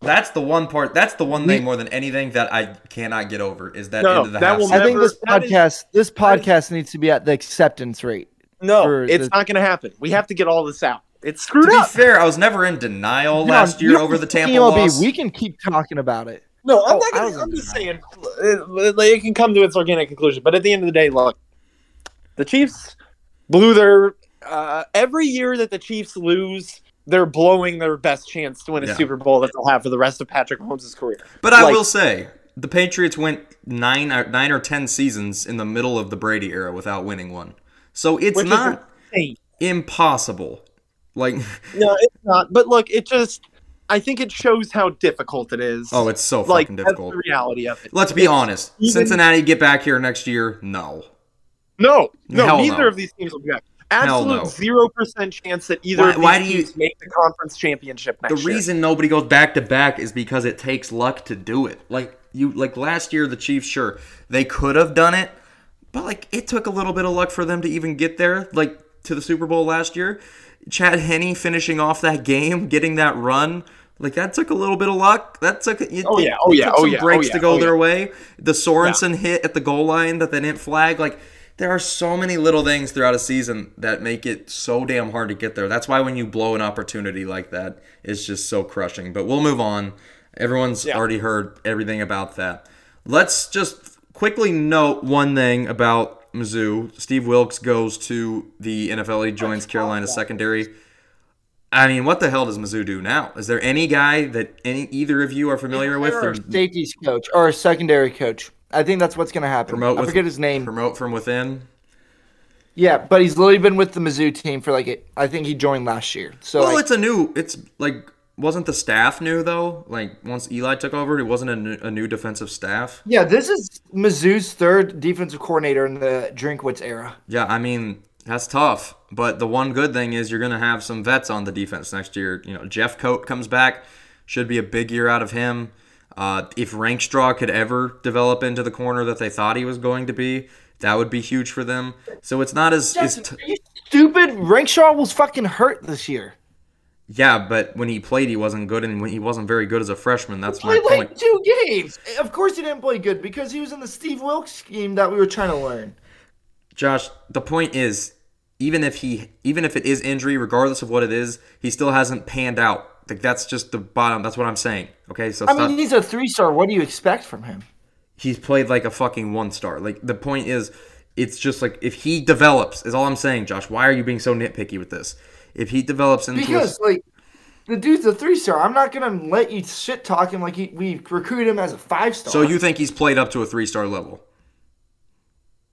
Speaker 1: that's the one part. That's the one thing more than anything that I cannot get over is that
Speaker 2: No,
Speaker 1: end of the
Speaker 2: that
Speaker 1: half.
Speaker 2: will
Speaker 1: second.
Speaker 3: I think
Speaker 2: Remember,
Speaker 3: this
Speaker 2: that is-
Speaker 3: podcast this podcast needs to be at the acceptance rate.
Speaker 2: No,
Speaker 3: for
Speaker 2: it's
Speaker 3: the-
Speaker 2: not going to happen. We have to get all this out. It's
Speaker 1: to
Speaker 2: screwed
Speaker 1: be
Speaker 2: up.
Speaker 1: fair, I was never in denial
Speaker 3: You
Speaker 1: last
Speaker 3: know,
Speaker 1: year
Speaker 3: you
Speaker 1: over the
Speaker 3: think
Speaker 1: Tampa
Speaker 3: MLB,
Speaker 1: loss.
Speaker 3: We can keep talking about it.
Speaker 2: No, I'm
Speaker 3: Oh,
Speaker 2: not
Speaker 3: I
Speaker 2: going
Speaker 3: was
Speaker 2: to. I'm
Speaker 3: in
Speaker 2: just saying uh, it, it- it can come to its organic conclusion. But at the end of the day, look, the Chiefs blew their. Uh, every year that the Chiefs lose, they're blowing their best chance to win a
Speaker 1: Yeah.
Speaker 2: Super Bowl that they'll have for the rest of Patrick Mahomes' career.
Speaker 1: but I
Speaker 2: like-
Speaker 1: will say the Patriots went nine or nine or ten seasons in the middle of the Brady era without winning one. So it's
Speaker 2: Which is
Speaker 1: not
Speaker 2: insane.
Speaker 1: impossible. Like
Speaker 2: No, it's not. But look, it just. I think it shows how difficult it is.
Speaker 1: oh, it's so
Speaker 2: like
Speaker 1: fucking
Speaker 2: that's
Speaker 1: difficult.
Speaker 2: the reality of it.
Speaker 1: Let's be honest.
Speaker 2: even-
Speaker 1: Cincinnati get back here next year? No.
Speaker 2: No, no,
Speaker 1: Hell
Speaker 2: neither
Speaker 1: no.
Speaker 2: of these teams will be back.
Speaker 1: Hell no.
Speaker 2: Absolute zero percent chance that either
Speaker 1: Why-
Speaker 2: of these
Speaker 1: why do you-
Speaker 2: teams make the conference championship next
Speaker 1: the
Speaker 2: year.
Speaker 1: reason nobody goes back to back is because it takes luck to do it. Like you like last year the Chiefs sure they could have done it, but like it took a little bit of luck for them to even get there like to the Super Bowl last year. Chad Henney finishing off that game, getting that run, like that took a little bit of luck. That took it,
Speaker 2: Oh, yeah.
Speaker 1: it
Speaker 2: Oh, yeah.
Speaker 1: took
Speaker 2: Oh,
Speaker 1: some
Speaker 2: yeah. Oh,
Speaker 1: breaks
Speaker 2: yeah.
Speaker 1: to go
Speaker 2: Oh, yeah.
Speaker 1: their way. The Sorensen hit at the goal line that they didn't flag like there are so many little things throughout a season that make it so damn hard to get there. That's why when you blow an opportunity like that, it's just so crushing. But we'll move on. Everyone's
Speaker 2: Yeah.
Speaker 1: already heard everything about that. Let's just quickly note one thing about Mizzou. Steve Wilkes goes to the NFL. He joins Carolina secondary. I mean, what the hell does Mizzou do now? Is there any guy that any either of you are familiar with?
Speaker 3: Or
Speaker 1: Or
Speaker 3: a safeties coach or a secondary coach. I think that's what's going to happen.
Speaker 1: Promote
Speaker 3: I
Speaker 1: with-
Speaker 3: forget his name.
Speaker 1: promote from within?
Speaker 3: yeah, but he's literally been with the Mizzou team for like it. I think he joined last year. So
Speaker 1: Well,
Speaker 3: like,
Speaker 1: Oh, it's a new. It's like wasn't the staff new though? Like once Eli took over, it wasn't a new, a new defensive staff.
Speaker 3: yeah, this is Mizzou's third defensive coordinator in the Drinkwitz era.
Speaker 1: Yeah, I mean that's tough. But the one good thing is you're gonna have some vets on the defense next year. You know, Jeff Coat comes back, should be a big year out of him. Uh, if Rankstraw could ever develop into the corner that they thought he was going to be, that would be huge for them. So it's not as, as t-
Speaker 3: Are you stupid? Rankshaw was fucking hurt this year.
Speaker 1: yeah, but when he played, he wasn't good, and when he wasn't very good as a freshman, that's my
Speaker 3: Played
Speaker 1: point.
Speaker 3: like two games. Of course he didn't play good because he was in the Steve Wilkes scheme that we were trying to learn.
Speaker 1: Josh, the point is, even if he, even if it is injury, regardless of what it is, he still hasn't panned out. Like that's just the bottom. That's what I'm saying. Okay, so
Speaker 3: I
Speaker 1: stop-
Speaker 3: mean, he's a three star. What do you expect from him?
Speaker 1: he's played like a fucking one star. Like the point is, it's just like if he develops, is all I'm saying, Josh. Why are you being so nitpicky with this? If he develops into a-
Speaker 3: Because like the dude's a three star. I'm not gonna let you shit talk him like he, we recruited him as a five star.
Speaker 1: so you think he's played up to a three star level?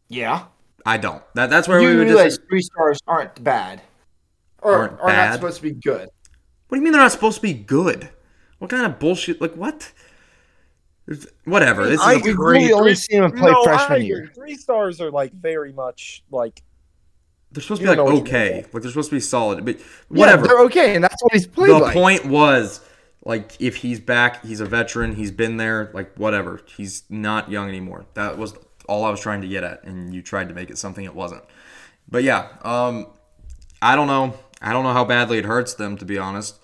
Speaker 3: yeah,
Speaker 1: I don't. That that's where we
Speaker 3: you
Speaker 1: would.
Speaker 3: realize
Speaker 1: Dis-
Speaker 3: three stars aren't bad, or
Speaker 1: Aren't
Speaker 3: are
Speaker 1: bad?
Speaker 3: not supposed to be good.
Speaker 1: what do you mean they're not supposed to be good? What kind of bullshit? Like what? There's- Whatever. This is
Speaker 2: I
Speaker 1: a-
Speaker 2: agree. really only
Speaker 3: seen him
Speaker 2: No, I agree. Three stars are like very much like
Speaker 1: They're supposed
Speaker 2: You
Speaker 1: to be
Speaker 2: know
Speaker 1: like
Speaker 2: what you
Speaker 1: okay, like they're supposed to be solid, but whatever.
Speaker 3: they're okay, and that's what he's played
Speaker 1: the
Speaker 3: like.
Speaker 1: point was, like, if he's back, he's a veteran, he's been there, like, whatever. He's not young anymore. That was all I was trying to get at, and you tried to make it something it wasn't. But yeah, um, I don't know. I don't know how badly it hurts them, to be honest.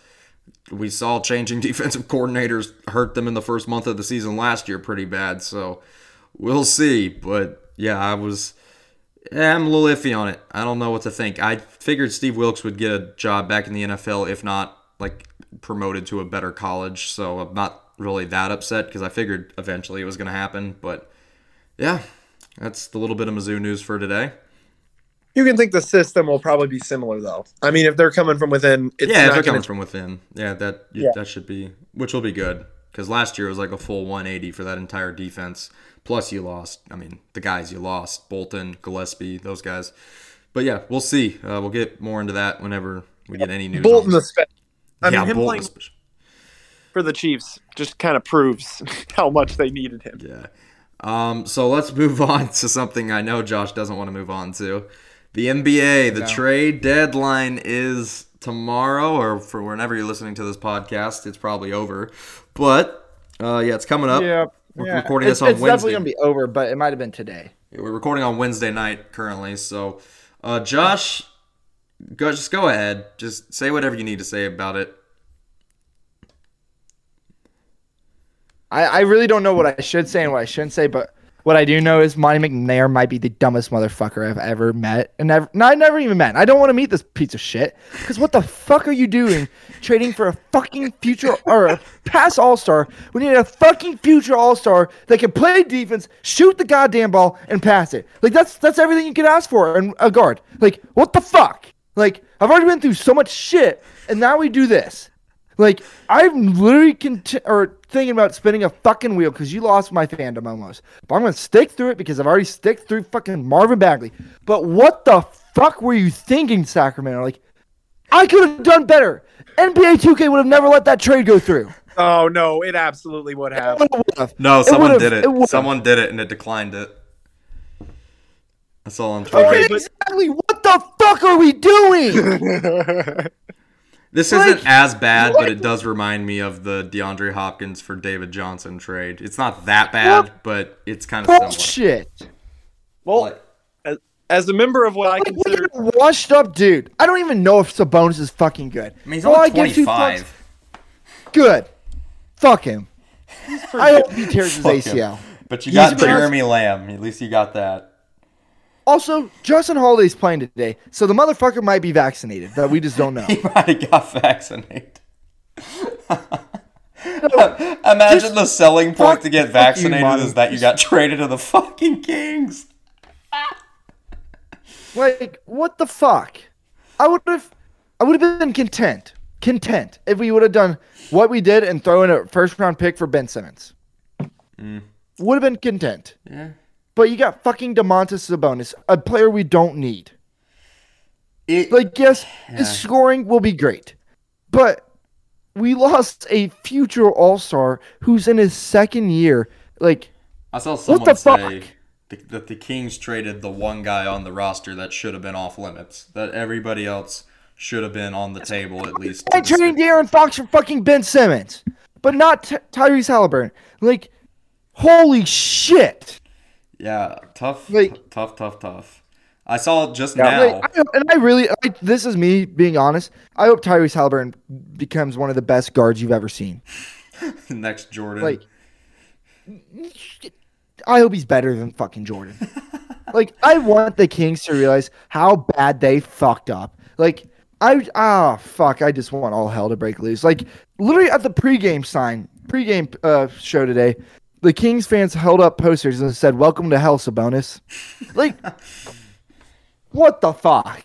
Speaker 1: We saw changing defensive coordinators hurt them in the first month of the season last year pretty bad, so we'll see. But yeah, I was. Yeah, Eh, I'm a little iffy on it. I don't know what to think. I figured Steve Wilkes would get a job back in the NFL, if not like promoted to a better college. So I'm not really that upset because I figured eventually it was going to happen. But yeah, that's the little bit of Mizzou news for today.
Speaker 2: You can think the system will probably be similar though. I mean, if they're coming from within, it's
Speaker 1: yeah, if
Speaker 2: not
Speaker 1: they're
Speaker 2: gonna-
Speaker 1: coming from within, yeah, that
Speaker 2: Yeah.
Speaker 1: that should be, which will be good because last year was like a full 180 for that entire defense. Plus, you lost. I mean, the guys you lost: Bolton, Gillespie, those guys. But yeah, we'll see. Uh, we'll get more into that whenever we get any news. on-
Speaker 2: Bolton, especially. I
Speaker 1: yeah,
Speaker 2: mean, him
Speaker 1: Bolton
Speaker 2: playing
Speaker 1: especially.
Speaker 2: for the Chiefs just kind of proves how much they needed him.
Speaker 1: Yeah. Um, so let's move on to something I know Josh doesn't want to move on to. The NBA, the
Speaker 3: No.
Speaker 1: trade deadline is tomorrow, or for whenever you're listening to this podcast, it's probably over. But uh, yeah, it's coming up.
Speaker 3: yeah,
Speaker 1: We're
Speaker 3: yeah.
Speaker 1: recording
Speaker 3: it's,
Speaker 1: this on
Speaker 3: it's definitely
Speaker 1: Wednesday.
Speaker 3: gonna be over, but it might have been today.
Speaker 1: We're recording on Wednesday night currently. So, uh, Josh, go, just go ahead. Just say whatever you need to say about it.
Speaker 3: I, I really don't know what I should say and what I shouldn't say, but what I do know is Monty McNair might be the dumbest motherfucker I've ever met, and ever no, I never even met. I don't want to meet this piece of shit because what the fuck are you doing, trading for a fucking future or a past All Star? We need a fucking future All Star that can play defense, shoot the goddamn ball, and pass it. Like that's that's everything you could ask for and a guard. Like what the fuck? Like I've already been through so much shit, and now we do this. Like I'm literally cont- or thinking about spinning a fucking wheel because you lost my fandom almost. But I'm gonna stick through it because I've already stick through fucking Marvin Bagley. But what the fuck were you thinking, Sacramento? Like I could have done better. NBA 2K would have never let that trade go through.
Speaker 2: Oh no, it absolutely would have.
Speaker 3: It would have.
Speaker 1: No, someone
Speaker 3: would've-
Speaker 1: did it.
Speaker 3: it would've.
Speaker 1: someone did it, and it declined it. That's all I'm trying.
Speaker 3: Oh,
Speaker 2: Okay, but-
Speaker 3: exactly. What the fuck are we doing?
Speaker 1: This
Speaker 3: Like,
Speaker 1: isn't as bad, but
Speaker 3: what?
Speaker 1: it does remind me of the DeAndre Hopkins for David Johnson trade. It's not that bad, but it's kind of similar.
Speaker 3: Bullshit.
Speaker 2: Well,
Speaker 1: Like,
Speaker 2: as, as a member of what I
Speaker 3: Like, look
Speaker 2: consider,
Speaker 3: at a washed up dude. I don't even know if Sabonis is fucking good.
Speaker 1: I mean, he's
Speaker 3: All
Speaker 1: only
Speaker 3: I give two fucks-
Speaker 1: 25.
Speaker 3: Good. Fuck him. I hope he tears his
Speaker 1: Fuck him.
Speaker 3: ACL.
Speaker 1: But you
Speaker 3: He's
Speaker 1: got
Speaker 3: been-
Speaker 1: Jeremy Lamb. At least you got that.
Speaker 3: Also, Justin Holiday's playing today, so the motherfucker might be vaccinated. That we just don't know.
Speaker 1: He might have got vaccinated. Imagine the selling point
Speaker 3: fuck-
Speaker 1: to get
Speaker 3: fuck you,
Speaker 1: vaccinated
Speaker 3: Monty.
Speaker 1: is that you got traded to the fucking Kings.
Speaker 3: like, what the fuck? I would have, I would have been content, content if we would have done what we did and throw in a first round pick for Ben Simmons. Would have been content.
Speaker 1: Mm. Yeah.
Speaker 3: But you got fucking Demontis Sabonis, a player we don't need.
Speaker 1: It,
Speaker 3: Like, yes, his scoring will be great, but we lost a future All Star who's in his second year. Like,
Speaker 1: I saw someone
Speaker 3: the
Speaker 1: say
Speaker 3: fuck?
Speaker 1: th- that the Kings traded the one guy on the roster that should have been off limits. That everybody else should have been on the table at least. to
Speaker 3: I traded
Speaker 1: discuss-
Speaker 3: De'Aaron Fox for fucking Ben Simmons, but not Ty- Tyrese Halliburton. Like, holy shit!
Speaker 1: Yeah, tough,
Speaker 3: Like-
Speaker 1: tough, tough, tough. I saw it just now.
Speaker 3: Like, I, and I really, I, this is me being honest. I hope Tyrese Halliburton becomes one of the best guards you've ever seen.
Speaker 1: Next Jordan.
Speaker 3: like- I hope he's better than fucking Jordan. like I want the Kings to realize how bad they fucked up. Like I ah fuck, I just want all hell to break loose. Like literally at the pregame sign, pregame uh, show today, the Kings fans held up posters and said, "Welcome to hell, Sabonis." like what the fuck?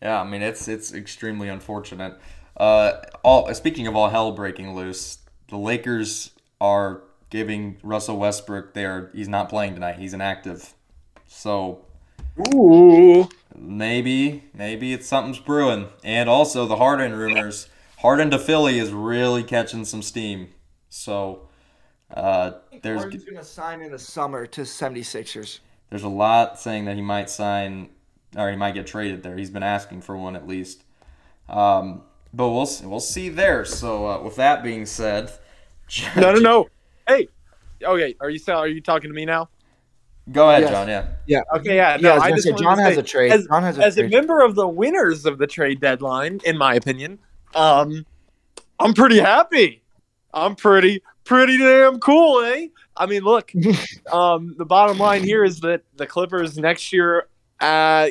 Speaker 1: yeah, I mean it's it's extremely unfortunate. Uh, all speaking of all hell breaking loose, the Lakers are giving Russell Westbrook. They are he's not playing tonight. He's inactive. So
Speaker 2: ooh,
Speaker 1: Maybe, maybe it's something's brewing. And also the Harden rumors. Harden to Philly is really catching some steam. So uh, there's
Speaker 3: gonna sign in the summer to 76ers.
Speaker 1: there's a lot saying that he might sign or he might get traded there. He's been asking for one at least. Um, but we'll s- we'll see there. So uh, with that being said,
Speaker 2: no, no, no. Hey, okay, are you sell- are you talking to me now?
Speaker 1: Go ahead,
Speaker 3: Yes.
Speaker 1: John. Yeah.
Speaker 2: Okay, yeah, no,
Speaker 3: Yeah, I
Speaker 2: I
Speaker 3: was
Speaker 2: just
Speaker 3: gonna
Speaker 2: wanted
Speaker 3: say, John
Speaker 2: to
Speaker 3: has
Speaker 2: say,
Speaker 3: a trade.
Speaker 2: as-
Speaker 3: John has a
Speaker 2: as a
Speaker 3: trade.
Speaker 2: member of the winners of the trade deadline, in my opinion, um, I'm pretty happy. I'm pretty, pretty damn cool, eh? I mean, look, um, the bottom line here is that the Clippers next year, uh,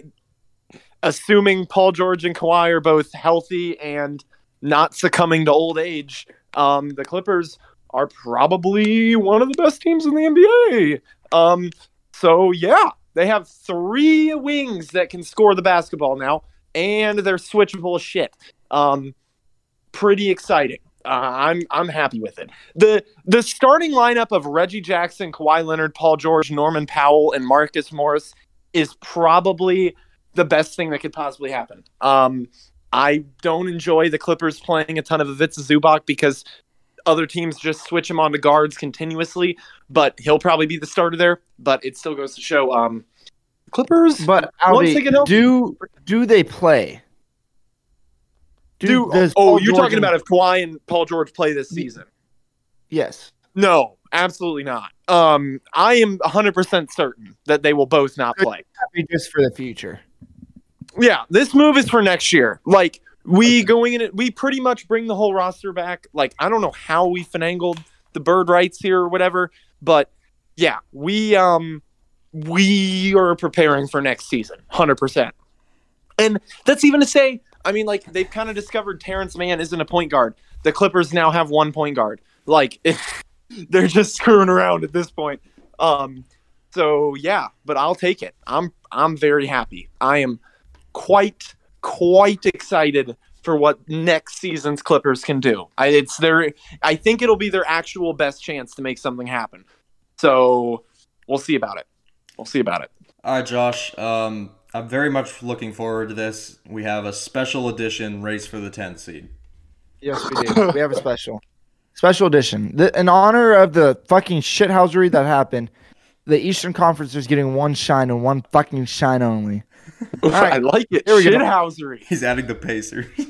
Speaker 2: assuming Paul George and Kawhi are both healthy and not succumbing to old age, um, the Clippers are probably one of the best teams in the NBA. Um, so yeah, They have three wings that can score the basketball now, and they're switchable as shit. Um, pretty exciting. Uh, I'm I'm happy with it. the The starting lineup of Reggie Jackson, Kawhi Leonard, Paul George, Norman Powell, and Marcus Morris is probably the best thing that could possibly happen. Um, I don't enjoy the Clippers playing a ton of Ivica Zubac because other teams just switch him onto guards continuously. But he'll probably be the starter there. But it still goes to show um, Clippers.
Speaker 3: But
Speaker 2: Once
Speaker 3: Albie,
Speaker 2: they get healthy-
Speaker 3: do do they play?
Speaker 2: do,
Speaker 3: does
Speaker 2: oh,
Speaker 3: Paul
Speaker 2: you're
Speaker 3: George
Speaker 2: talking
Speaker 3: and-
Speaker 2: about if Kawhi and Paul George play this season?
Speaker 3: yes.
Speaker 2: No, absolutely not. Um, I am 100% certain that they will both not play.
Speaker 3: Happy just for the future.
Speaker 2: Yeah, this move is for next year. Like we going in, it- we pretty much bring the whole roster back. Like I don't know how we finagled the bird rights here or whatever, but yeah, we um we are preparing for next season, hundred percent. And that's even to say, I mean, like they've kind of discovered Terrence Mann isn't a point guard. The Clippers now have one point guard. Like they're just screwing around at this point. Um, so yeah, but I'll take it. I'm I'm very happy. I am quite quite excited for what next season's Clippers can do. I, it's their I think it'll be their actual best chance to make something happen. So we'll see about it. We'll see about it.
Speaker 1: All right, Josh. Um, I'm very much looking forward to this. We have a special edition race for the 10 seed.
Speaker 3: Yes, we do. we have a special, special edition. The, in honor of the fucking shithousery that happened, the Eastern Conference is getting one shine and one fucking shine only. right.
Speaker 2: I like it.
Speaker 3: Here we go.
Speaker 2: Shithousery.
Speaker 1: He's adding the Pacers.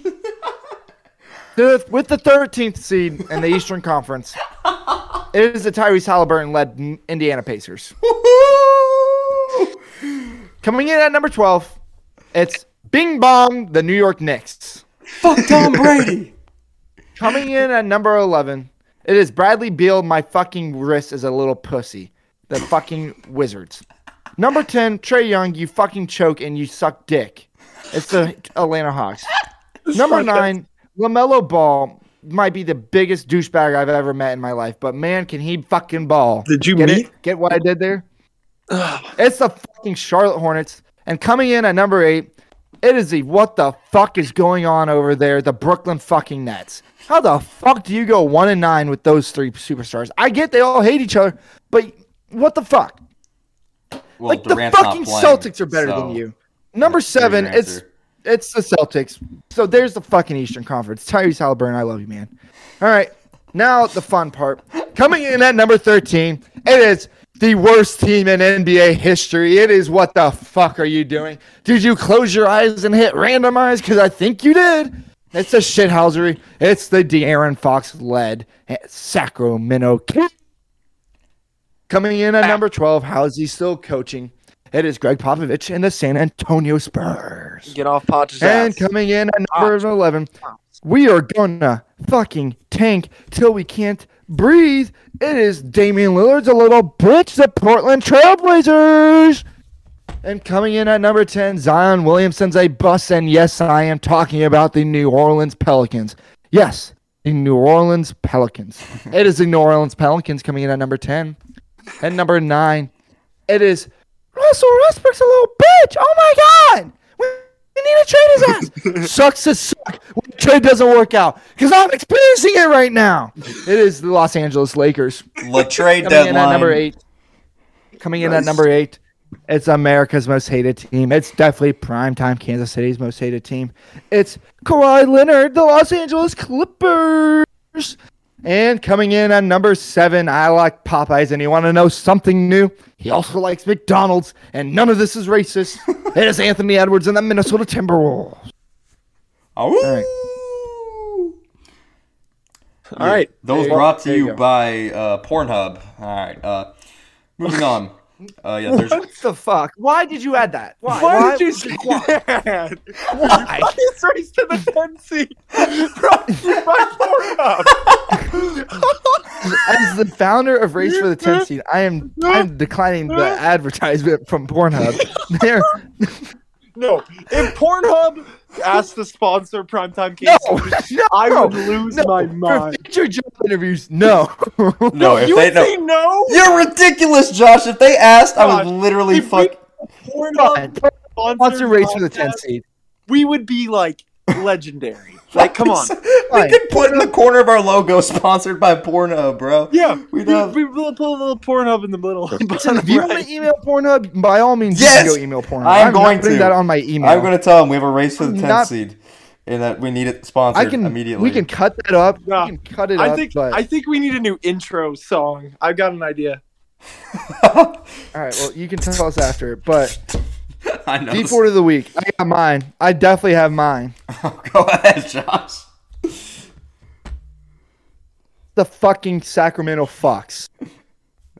Speaker 3: To the- With the 13th seed in the Eastern Conference, it is the Tyrese Halliburton led Indiana Pacers. Coming in at number 12, it's Bing Bong, the New York Knicks.
Speaker 1: Fuck Tom Brady.
Speaker 3: Coming in at number 11, it is Bradley Beal. My fucking wrist is a little pussy. The fucking Wizards. Number 10, Trey Young. You fucking choke and you suck dick. It's the Atlanta Hawks. Number 9, LaMelo Ball. Might be the biggest douchebag I've ever met in my life, but man, can he fucking ball.
Speaker 2: Did you
Speaker 3: Get
Speaker 2: meet?
Speaker 3: it? Get what I did there? it's the fucking Charlotte Hornets. And coming in at number eight, it is the what the fuck is going on over there? The Brooklyn fucking Nets. How the fuck do you go one and nine with those three superstars? I get they all hate each other, but what the fuck?
Speaker 1: Well,
Speaker 3: Like
Speaker 1: Durant's
Speaker 3: the
Speaker 1: not
Speaker 3: fucking
Speaker 1: playing,
Speaker 3: Celtics are better
Speaker 1: so
Speaker 3: than you. Number seven,
Speaker 1: your
Speaker 3: it's
Speaker 1: answer.
Speaker 3: it's the Celtics. So there's the fucking Eastern Conference. Tyrese Halliburton, I love you, man. All right, now the fun part. Coming in at number thirteen, it is the worst team in NBA history. It is what the fuck are you doing? Did you close your eyes and hit randomize? Because I think you did. It's the shithousery. It's the De'Aaron Fox led Sacramento Kings. Coming in at number 12, how is he still coaching? It is Greg Popovich and the San Antonio Spurs.
Speaker 2: Get off Potter's
Speaker 3: And
Speaker 2: ass.
Speaker 3: coming in at number 11, we are gonna fucking tank till we can't breathe. It is Damian Lillard's a little bitch, the Portland Trailblazers. And coming in at number 10, Zion Williamson's a bust. And yes, I am talking about the New Orleans Pelicans. Yes, the New Orleans Pelicans. it is the New Orleans Pelicans coming in at number 10. And number nine, it is Russell Westbrook's a little bitch. Oh my God. We we need to trade his ass. Sucks to suck when the trade doesn't work out because I'm experiencing it right now. It is the Los Angeles Lakers
Speaker 1: Latrade
Speaker 3: coming in
Speaker 1: deadline.
Speaker 3: at number eight. Coming in at
Speaker 2: Nice.
Speaker 3: number eight, it's America's most hated team. It's definitely primetime Kansas City's most hated team. It's Kawhi Leonard, the Los Angeles Clippers. And coming in at number seven, I like Popeyes, and you want to know something new? He also likes McDonald's, and none of this is racist. it is Anthony Edwards and the Minnesota Timberwolves.
Speaker 1: Oh.
Speaker 2: All right.
Speaker 1: Those
Speaker 3: There you
Speaker 1: brought
Speaker 3: go.
Speaker 1: to
Speaker 3: There you
Speaker 1: you
Speaker 3: go.
Speaker 1: by uh, Pornhub. All right. Uh, moving on. Uh, yeah, there's
Speaker 3: What the fuck? Why did you add that? Why?
Speaker 2: Why, did you say that?
Speaker 3: Why?
Speaker 2: It's race to the 10 seed. Brought to you by Pornhub.
Speaker 3: as the founder of Race for the 10 seed, I am I'm declining the advertisement from Pornhub. There,
Speaker 2: No, if Pornhub asked to sponsor primetime
Speaker 3: no,
Speaker 2: Kings,
Speaker 3: no,
Speaker 2: I would lose
Speaker 3: no.
Speaker 2: my
Speaker 3: for
Speaker 2: mind.
Speaker 3: future job interviews. No,
Speaker 1: no. If
Speaker 2: you
Speaker 1: they
Speaker 2: would
Speaker 1: no,
Speaker 2: say no.
Speaker 1: you're ridiculous, Josh. If they asked, I
Speaker 2: Josh,
Speaker 1: would literally
Speaker 2: if we-
Speaker 1: fuck.
Speaker 2: Porn
Speaker 3: Come on, wants to
Speaker 2: Monsters
Speaker 3: race for the
Speaker 2: podcast.
Speaker 3: 10th seed.
Speaker 2: We would be like legendary. Like, come on.
Speaker 1: we could put in the corner of our logo sponsored by Pornhub, bro.
Speaker 2: Yeah, we
Speaker 1: We'd
Speaker 2: we
Speaker 1: have-
Speaker 2: we will put a little Pornhub in the middle.
Speaker 3: If you want to email Pornhub, by all means,
Speaker 1: Yes!
Speaker 3: you can go email Pornhub.
Speaker 1: I am
Speaker 3: not
Speaker 1: going
Speaker 3: putting
Speaker 1: to.
Speaker 3: that on my email.
Speaker 1: I'm going to tell them we have a race for the
Speaker 3: I'm
Speaker 1: 10th
Speaker 3: not-
Speaker 1: seed and that we need it sponsored
Speaker 3: I can
Speaker 1: immediately.
Speaker 3: We can cut that up.
Speaker 2: Yeah.
Speaker 3: We can cut it
Speaker 2: I
Speaker 3: up.
Speaker 2: think
Speaker 3: but,
Speaker 2: I think we need a new intro song. I've got an idea.
Speaker 3: all right. Well, you can tell us after. But
Speaker 1: I know.
Speaker 3: D
Speaker 1: this-
Speaker 3: four of the week. I got mine. I definitely have mine.
Speaker 1: Go ahead, Josh.
Speaker 3: The fucking Sacramento Fox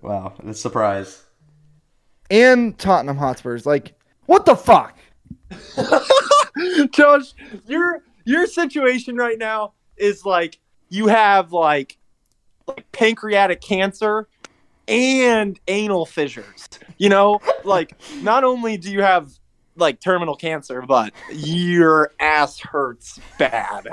Speaker 1: Wow, the surprise.
Speaker 3: and Tottenham Hotspurs. Like, what the fuck?
Speaker 2: Josh, your your situation right now is like you have like, like pancreatic cancer and anal fissures. You know, like not only do you have like terminal cancer, but your ass hurts bad.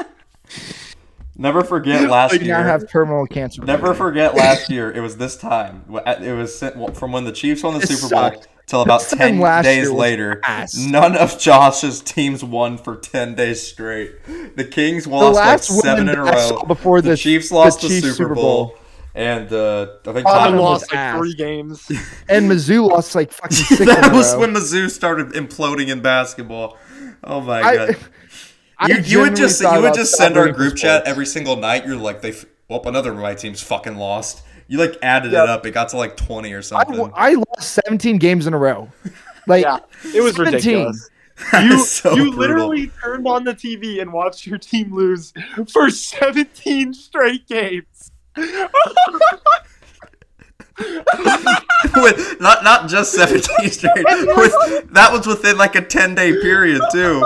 Speaker 1: Never forget last
Speaker 3: You
Speaker 1: year.
Speaker 3: now have terminal cancer.
Speaker 1: Never forget last year. It was this time. It was sent- from when the Chiefs won the
Speaker 3: This
Speaker 1: Super Bowl
Speaker 3: sucked.
Speaker 1: till about
Speaker 3: This time
Speaker 1: ten
Speaker 3: last year
Speaker 1: days
Speaker 3: was
Speaker 1: later.
Speaker 3: ass.
Speaker 1: None of Josh's teams won for ten days straight. The Kings
Speaker 3: the
Speaker 1: lost like
Speaker 3: last
Speaker 1: seven
Speaker 3: one
Speaker 1: in a
Speaker 3: that I saw
Speaker 1: row.
Speaker 3: before
Speaker 1: The
Speaker 3: the
Speaker 1: Chiefs lost the,
Speaker 3: Chiefs
Speaker 1: Super,
Speaker 3: Super
Speaker 1: Bowl,
Speaker 3: Bowl.
Speaker 1: and uh, I think
Speaker 2: I
Speaker 3: Tottenham
Speaker 1: Tottenham.
Speaker 2: lost
Speaker 3: was
Speaker 2: like
Speaker 3: ass.
Speaker 2: three games.
Speaker 3: and Mizzou lost like fucking six.
Speaker 1: that
Speaker 3: in a
Speaker 1: was
Speaker 3: row.
Speaker 1: when the zoo started imploding in basketball. Oh my
Speaker 3: I-
Speaker 1: god!
Speaker 3: I
Speaker 1: you, you would
Speaker 3: genuinely
Speaker 1: just
Speaker 3: thought
Speaker 1: you would
Speaker 3: about
Speaker 1: just send our
Speaker 3: stopping
Speaker 1: group
Speaker 3: sports.
Speaker 1: chat every single night. You're like they f- well another my team's fucking lost. You like added
Speaker 2: Yep.
Speaker 1: it up. It got to like twenty or
Speaker 3: I,
Speaker 1: something.
Speaker 3: w- I lost 17 games in a row. Like
Speaker 2: Yeah, it was
Speaker 3: 17.
Speaker 2: ridiculous.
Speaker 1: That
Speaker 2: You,
Speaker 1: is so
Speaker 2: you
Speaker 1: brutal.
Speaker 2: literally turned on the TV and watched your team lose for 17 straight games.
Speaker 1: with not not just seventeen straight. With that was within like a ten day period too.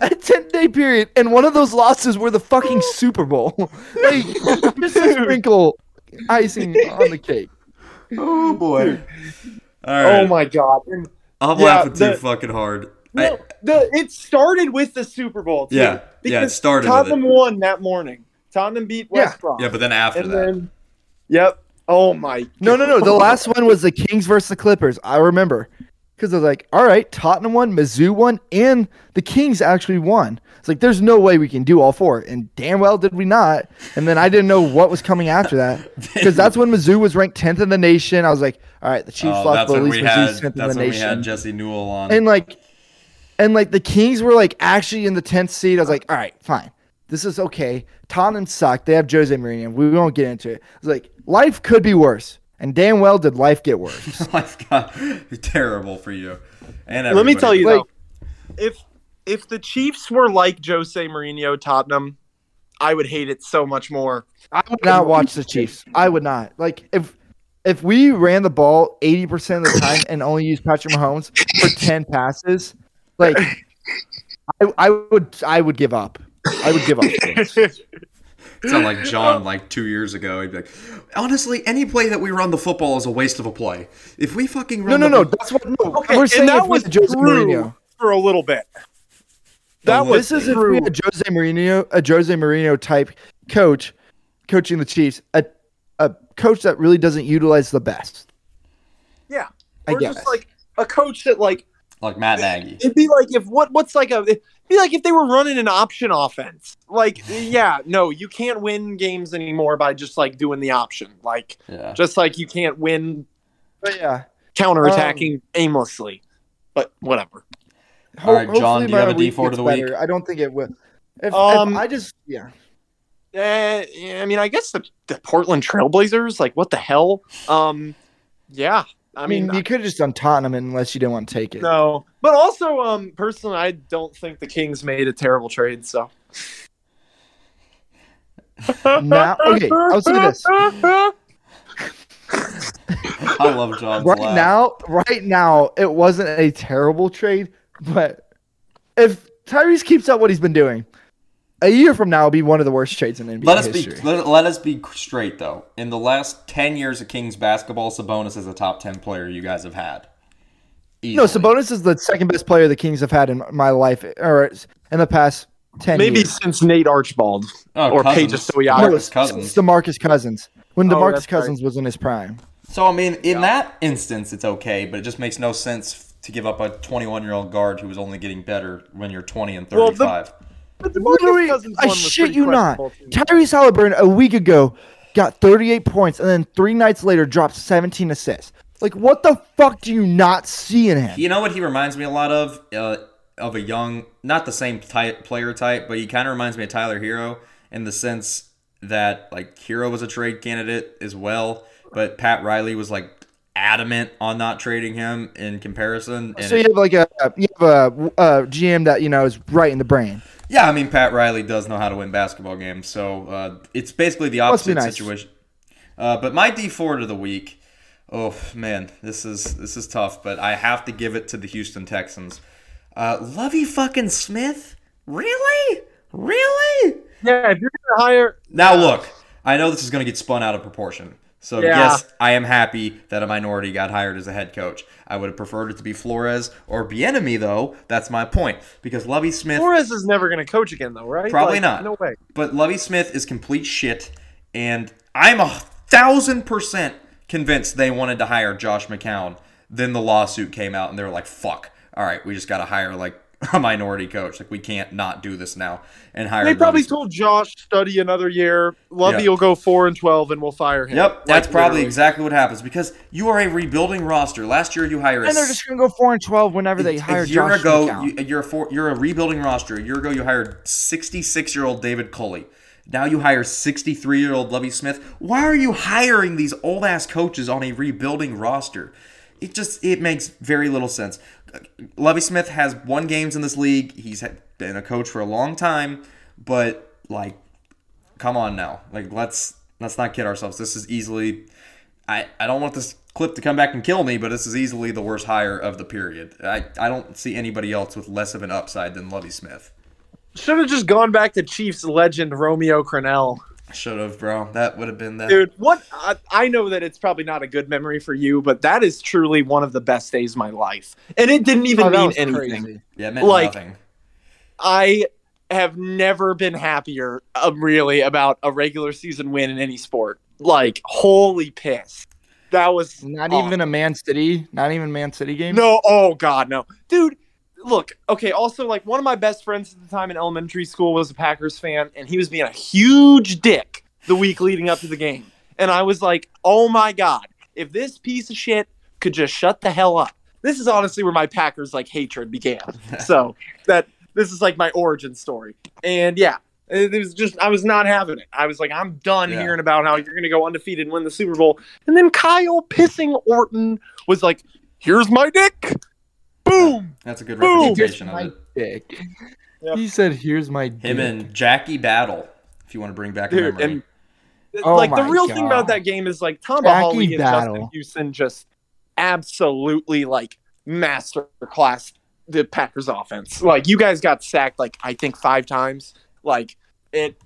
Speaker 3: a 10 day period, and one of those losses were the fucking Super Bowl. like, just a sprinkle icing on the cake.
Speaker 1: Oh boy! All right,
Speaker 2: Oh my god. And
Speaker 1: I'm
Speaker 2: yeah,
Speaker 1: laughing too
Speaker 2: the-
Speaker 1: fucking hard.
Speaker 2: no,
Speaker 1: I,
Speaker 2: the, it started with the Super Bowl. Too,
Speaker 1: Yeah, yeah, it
Speaker 2: because
Speaker 1: started with
Speaker 2: Tottenham
Speaker 1: it.
Speaker 2: won that morning. Tottenham beat
Speaker 3: Yeah.
Speaker 2: West Brom.
Speaker 1: yeah, but then after
Speaker 2: and
Speaker 1: that,
Speaker 2: then, yep. Oh my.
Speaker 3: No, no, no. The last one was the Kings versus the Clippers. I remember. Because I was like, all right, Tottenham won, Mizzou won, and the Kings actually won. It's like, there's no way we can do all four. And damn well did we not. And then I didn't know what was coming after that. Because that's when Mizzou was ranked 10th in the nation. I was like, all right, the Chiefs
Speaker 1: oh,
Speaker 3: lost,
Speaker 1: that's
Speaker 3: but at
Speaker 1: when we
Speaker 3: least
Speaker 1: had that's
Speaker 3: Mizzou's 10th in the
Speaker 1: when we had
Speaker 3: nation.
Speaker 1: Jesse Newell on.
Speaker 3: and like and like the Kings were like actually in the tenth seed. I was like, all right, fine. This is okay. Tottenham sucked. They have Jose Mourinho. We won't get into it. It's like life could be worse, and damn well did life get worse.
Speaker 1: life got terrible for you. And
Speaker 2: Let me tell you
Speaker 3: Like-
Speaker 2: though, if if the Chiefs were like Jose Mourinho Tottenham, I would hate it so much more.
Speaker 3: I would not watch the Chiefs. I would not. Like if if we ran the ball eighty percent of the time and only used Patrick Mahomes for ten passes, like I, I would I would give up. I would give up.
Speaker 1: sound like John like two years ago. He'd be like, honestly, any play that we run the football is a waste of a play. If we fucking
Speaker 3: No,
Speaker 1: run
Speaker 3: no,
Speaker 1: the
Speaker 3: no.
Speaker 1: football-
Speaker 3: That's what no.
Speaker 2: Okay,
Speaker 3: we're
Speaker 2: and
Speaker 3: saying.
Speaker 2: that
Speaker 3: if we
Speaker 2: was
Speaker 3: had Jose
Speaker 2: true.
Speaker 3: Mourinho.
Speaker 2: for a little bit.
Speaker 1: that
Speaker 2: That was
Speaker 1: was
Speaker 3: This is if we had Jose Mourinho, a Jose Mourinho type coach, coaching the Chiefs, a a coach that really doesn't utilize the best.
Speaker 2: yeah.
Speaker 3: I
Speaker 2: Or
Speaker 3: guess.
Speaker 2: just like a coach that like
Speaker 1: like Matt Nagy.
Speaker 2: it'd be like if what what's like a it'd be like if they were running an option offense. Like yeah, no, you can't win games anymore by just like doing the option. Like
Speaker 1: Yeah.
Speaker 2: just like you can't win
Speaker 3: But yeah,
Speaker 2: counterattacking
Speaker 3: Um,
Speaker 2: aimlessly. But whatever.
Speaker 1: All right,
Speaker 3: Ho-
Speaker 1: John, do you
Speaker 3: by
Speaker 1: have a
Speaker 3: week
Speaker 1: D4 to
Speaker 3: gets
Speaker 1: the week?
Speaker 3: I don't think it will. If, if
Speaker 2: Um,
Speaker 3: I just yeah,
Speaker 2: Uh, yeah, I mean, I guess the, the Portland Trailblazers, like, what the hell? Um, yeah,
Speaker 3: I mean, you could have just done Tottenham unless you didn't want to take it.
Speaker 2: No, but also, um, personally, I don't think the Kings made a terrible trade. So
Speaker 3: Now- okay, I'll say this.
Speaker 1: I love John's
Speaker 3: right
Speaker 1: laugh.
Speaker 3: now, right now, it wasn't a terrible trade, but if Tyrese keeps up what he's been doing, a year from now, will be one of the worst trades in NBA
Speaker 1: Let us be
Speaker 3: history.
Speaker 1: let, let us be straight though. In the last ten years of Kings basketball, Sabonis is a top ten player you guys have had.
Speaker 3: No,
Speaker 1: Easily.
Speaker 3: Sabonis is the second best player the Kings have had in my life, or in the past ten.
Speaker 2: Maybe
Speaker 3: years.
Speaker 2: since Nate Archibald
Speaker 1: Oh,
Speaker 2: or
Speaker 1: Cousins.
Speaker 2: Pages Soyaka.
Speaker 3: No,
Speaker 1: Marcus
Speaker 3: it's-
Speaker 1: Cousins.
Speaker 3: It's DeMarcus Cousins when
Speaker 2: Oh,
Speaker 3: DeMarcus
Speaker 2: that's right.
Speaker 3: Cousins was in his prime.
Speaker 1: So I mean, in that instance, it's okay, but it just makes no sense f- to give up a 21 year old guard who was only getting better when you're 20 and
Speaker 2: Well, the-
Speaker 1: 35.
Speaker 2: But
Speaker 3: Literally, I shit you not. Tyrese Halliburton a week ago got 38 points, and then three nights later dropped 17 assists. Like, what the fuck do you not see in him?
Speaker 1: You know what he reminds me a lot of? Uh, of a young, not the same type player type, but he kind of reminds me of Tyler Hero in the sense that like Hero was a trade candidate as well, but Pat Riley was like adamant on not trading him in comparison. And
Speaker 3: so you have like a you have a, a GM that you know is right in the brain.
Speaker 1: yeah, I mean Pat Riley does know how to win basketball games, so uh, it's basically the
Speaker 3: Must be
Speaker 1: opposite
Speaker 3: nice.
Speaker 1: situation. Uh, but my D four of the week. Oh man, this is this is tough, but I have to give it to the Houston Texans. Uh, Lovey fucking Smith, really, really?
Speaker 2: Yeah, if you're gonna hire,
Speaker 1: Now look, I know this is going to get spun out of proportion. So
Speaker 2: Yeah.
Speaker 1: yes, I am happy that a minority got hired as a head coach. I would have preferred it to be Flores or Bienemy, though. That's my point because Lovey Smith
Speaker 2: Flores is never gonna coach again, though, right?
Speaker 1: Probably
Speaker 2: Like,
Speaker 1: not.
Speaker 2: No way.
Speaker 1: But Lovey Smith is complete shit, and I'm a thousand percent convinced they wanted to hire Josh McCown. Then the lawsuit came out, and they were like, "Fuck! All right, we just got to hire like a minority coach. Like we can't not do this now and hire."
Speaker 2: They probably
Speaker 1: Lovie Smith."
Speaker 2: told Josh study another year. Lovey
Speaker 1: Yeah.
Speaker 2: will go four and twelve, and we'll fire him.
Speaker 1: Yep, that's
Speaker 2: Like,
Speaker 1: probably
Speaker 2: literally.
Speaker 1: exactly what happens because you are a rebuilding roster. Last year you hire a
Speaker 3: And they're just gonna go four and twelve whenever they
Speaker 1: a
Speaker 3: hire
Speaker 1: year
Speaker 3: Josh
Speaker 1: ago,
Speaker 3: McCown.
Speaker 1: you, you're a four, you're a rebuilding roster. A year ago, you hired 66 year old David Culley. Now you hire 63 year old Lovey Smith. Why are you hiring these old ass coaches on a rebuilding roster? It just it makes very little sense. Lovey Smith has won games in this league. He's had- been a coach for a long time, but like come on now. Like let's let's not kid ourselves. This is easily I, I don't want this clip to come back and kill me, but this is easily the worst hire of the period. I, I don't see anybody else with less of an upside than Lovey Smith.
Speaker 2: Should have just gone back to Chiefs legend Romeo Crennel.
Speaker 1: Should have, bro. That would have been that.
Speaker 2: Dude, what I, I know that it's probably not a good memory for you, but that is truly one of the best days of my life. And it didn't even
Speaker 3: Oh, that
Speaker 2: mean
Speaker 3: was
Speaker 2: anything.
Speaker 3: crazy.
Speaker 1: yeah, it meant
Speaker 2: like-
Speaker 1: nothing.
Speaker 2: I have never been happier, um, really, about a regular season win in any sport. Like, holy piss. That was
Speaker 3: Not
Speaker 2: Oh.
Speaker 3: even a Man City, not even Man City game.
Speaker 2: No, oh god, no, dude. Look, okay. Also, like one of my best friends at the time in elementary school was a Packers fan, and he was being a huge dick the week leading up to the game. And I was like, oh my god, if this piece of shit could just shut the hell up. This is honestly where my Packers like hatred began. so that this is like my origin story. And yeah, it was just I was not having it. I was like, I'm done
Speaker 1: Yeah.
Speaker 2: hearing about how you're gonna go undefeated and win the Super Bowl. And then Kyle pissing Orton was like, here's my dick. Boom.
Speaker 1: That's a good
Speaker 2: Boom!
Speaker 3: Here's
Speaker 1: representation
Speaker 3: my
Speaker 1: of
Speaker 3: dick.
Speaker 2: Yep.
Speaker 3: He said, "Here's my dick."
Speaker 1: it. Him and Jackie Battle, if you want to bring back a
Speaker 2: Dude,
Speaker 1: memory.
Speaker 2: and-
Speaker 3: Oh
Speaker 2: like the
Speaker 3: my
Speaker 2: real thing about
Speaker 3: God.
Speaker 2: that game is like Tom
Speaker 3: Jackie
Speaker 2: Holly and Justin
Speaker 3: Battle.
Speaker 2: Houston just absolutely like masterclassed the Packers offense. Like you guys got sacked like I think five times. Like it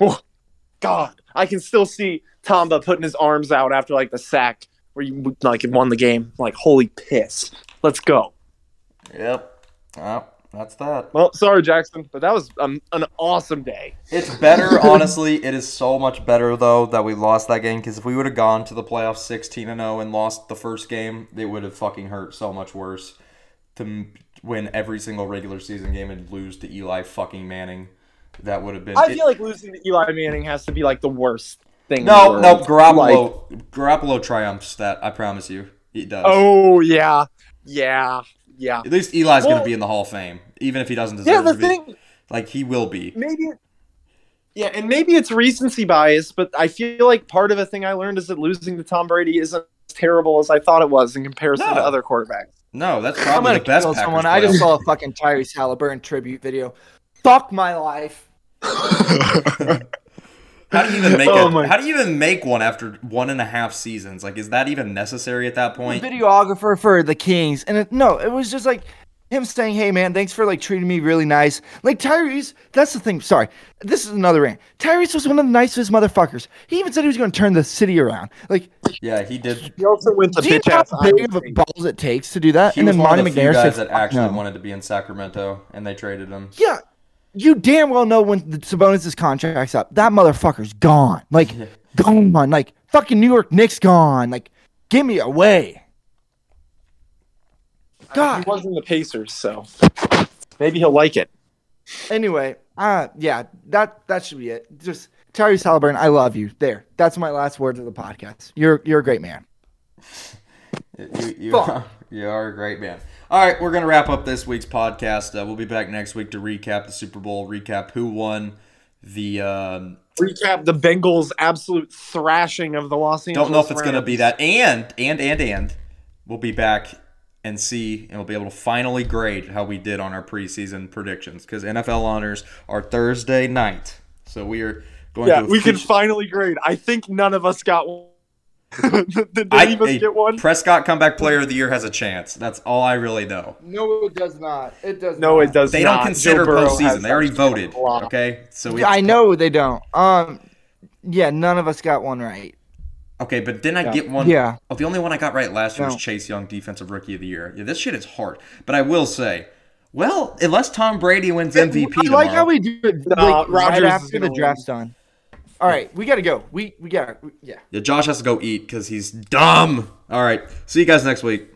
Speaker 2: oh, God. I can still see Tomba putting his arms out after like the sack where you like won the game. Like holy piss. Let's go.
Speaker 1: yep. Oh, that's that.
Speaker 2: Well, sorry Jackson, but that was um, an awesome day.
Speaker 1: It's better, honestly. It is so much better though that we lost that game because if we would have gone to the playoffs sixteen and zero and lost the first game, it would have fucking hurt so much worse to m- win every single regular season game and lose to Eli fucking Manning. That would have been.
Speaker 2: I
Speaker 1: it-
Speaker 2: feel like losing to Eli Manning has to be like the worst thing. in the
Speaker 1: no,
Speaker 2: world.
Speaker 1: no, Garoppolo, Garoppolo triumphs that. I promise you, he does.
Speaker 2: Oh yeah, yeah, yeah.
Speaker 1: At least Eli's
Speaker 2: Well-
Speaker 1: gonna be in the Hall of Fame, even if he doesn't deserve
Speaker 2: Yeah, the
Speaker 1: to be.
Speaker 2: thing
Speaker 1: Like he will be.
Speaker 2: maybe. Yeah, and maybe it's recency bias, but I feel like part of a thing I learned is that losing to Tom Brady isn't as terrible as I thought it was in comparison
Speaker 1: No.
Speaker 2: to other quarterbacks.
Speaker 1: No, that's
Speaker 3: I'm
Speaker 1: probably
Speaker 3: gonna
Speaker 1: the best.
Speaker 3: kill
Speaker 1: Packers
Speaker 3: someone. I just
Speaker 1: playoff.
Speaker 3: saw a fucking Tyrese Halliburton tribute video. Fuck my life.
Speaker 1: How do you even make
Speaker 2: Oh
Speaker 1: a,
Speaker 2: my-
Speaker 1: How do you even make one after one and a half seasons? Like, is that even necessary at that
Speaker 3: the
Speaker 1: point?
Speaker 3: videographer for the Kings, and it, no, it was just like him saying, "Hey, man, thanks for like treating me really nice." Like Tyrese, that's the thing. Sorry, this is another rant. Tyrese was one of the nicest motherfuckers. He even said he was going to turn the city around. Like,
Speaker 1: Yeah, he did.
Speaker 2: He also went to
Speaker 3: do you
Speaker 2: bitch
Speaker 3: know
Speaker 2: ass.
Speaker 3: how big of a balls it takes to do that?
Speaker 1: He
Speaker 3: and
Speaker 1: was
Speaker 3: then
Speaker 1: one
Speaker 3: Monty
Speaker 1: of the few
Speaker 3: McNair said,
Speaker 1: guys that
Speaker 3: "Fuck
Speaker 1: actually
Speaker 3: no."
Speaker 1: wanted to be in Sacramento, and they traded him.
Speaker 3: "Yeah." You damn well know when the Sabonis' contract's up. That motherfucker's gone. Like, gone. Like, fucking New York Knicks gone. Like, give me away. God.
Speaker 2: He was in the Pacers, so maybe he'll like it.
Speaker 3: Anyway, uh, yeah, that that should be it. Just Tyrese Halliburton, I love you. There, that's my last words of the podcast. You're you're a great man.
Speaker 1: You, you,
Speaker 3: Fuck.
Speaker 1: are, you are a great man. All right, we're going to wrap up this week's podcast. Uh, we'll be back next week to recap the Super Bowl, recap who won the. Um,
Speaker 2: Recap the Bengals' absolute thrashing of the Los Angeles.
Speaker 1: don't know if it's going to
Speaker 2: Rams.
Speaker 1: be that. And, and, and, and, we'll be back and see, and we'll be able to finally grade how we did on our preseason predictions because NFL honors are Thursday night. So we are going
Speaker 2: Yeah,
Speaker 1: to.
Speaker 2: we can
Speaker 1: offici-
Speaker 2: finally grade. I think none of us got one. Did any
Speaker 1: I-
Speaker 2: of us
Speaker 1: hey,
Speaker 2: get one?
Speaker 1: Prescott comeback player of the year has a chance. That's all I really know.
Speaker 3: No, it does not. It does.
Speaker 2: No, it does
Speaker 1: They
Speaker 2: not.
Speaker 1: don't
Speaker 2: Joe
Speaker 1: consider
Speaker 2: Burrow
Speaker 1: postseason.
Speaker 2: has
Speaker 1: They already
Speaker 2: a
Speaker 1: voted.
Speaker 2: lot.
Speaker 1: Okay, so we
Speaker 3: I know they don't. Um, yeah, none of us got one right.
Speaker 1: Okay, but didn't I get one?
Speaker 3: Yeah.
Speaker 1: Oh, the only one I got right last year
Speaker 3: No.
Speaker 1: was Chase Young, Defensive Rookie of the Year. Yeah, this shit is hard. But I will say, well, unless Tom Brady wins MVP
Speaker 3: I like
Speaker 1: tomorrow,
Speaker 3: how we do it
Speaker 2: No,
Speaker 3: like,
Speaker 2: Rodgers is
Speaker 3: right after
Speaker 2: gonna
Speaker 3: the
Speaker 2: win.
Speaker 3: draft's done. All right, we gotta go. We we gotta yeah.
Speaker 1: yeah, Josh has to go eat because he's dumb. All right, see you guys next week.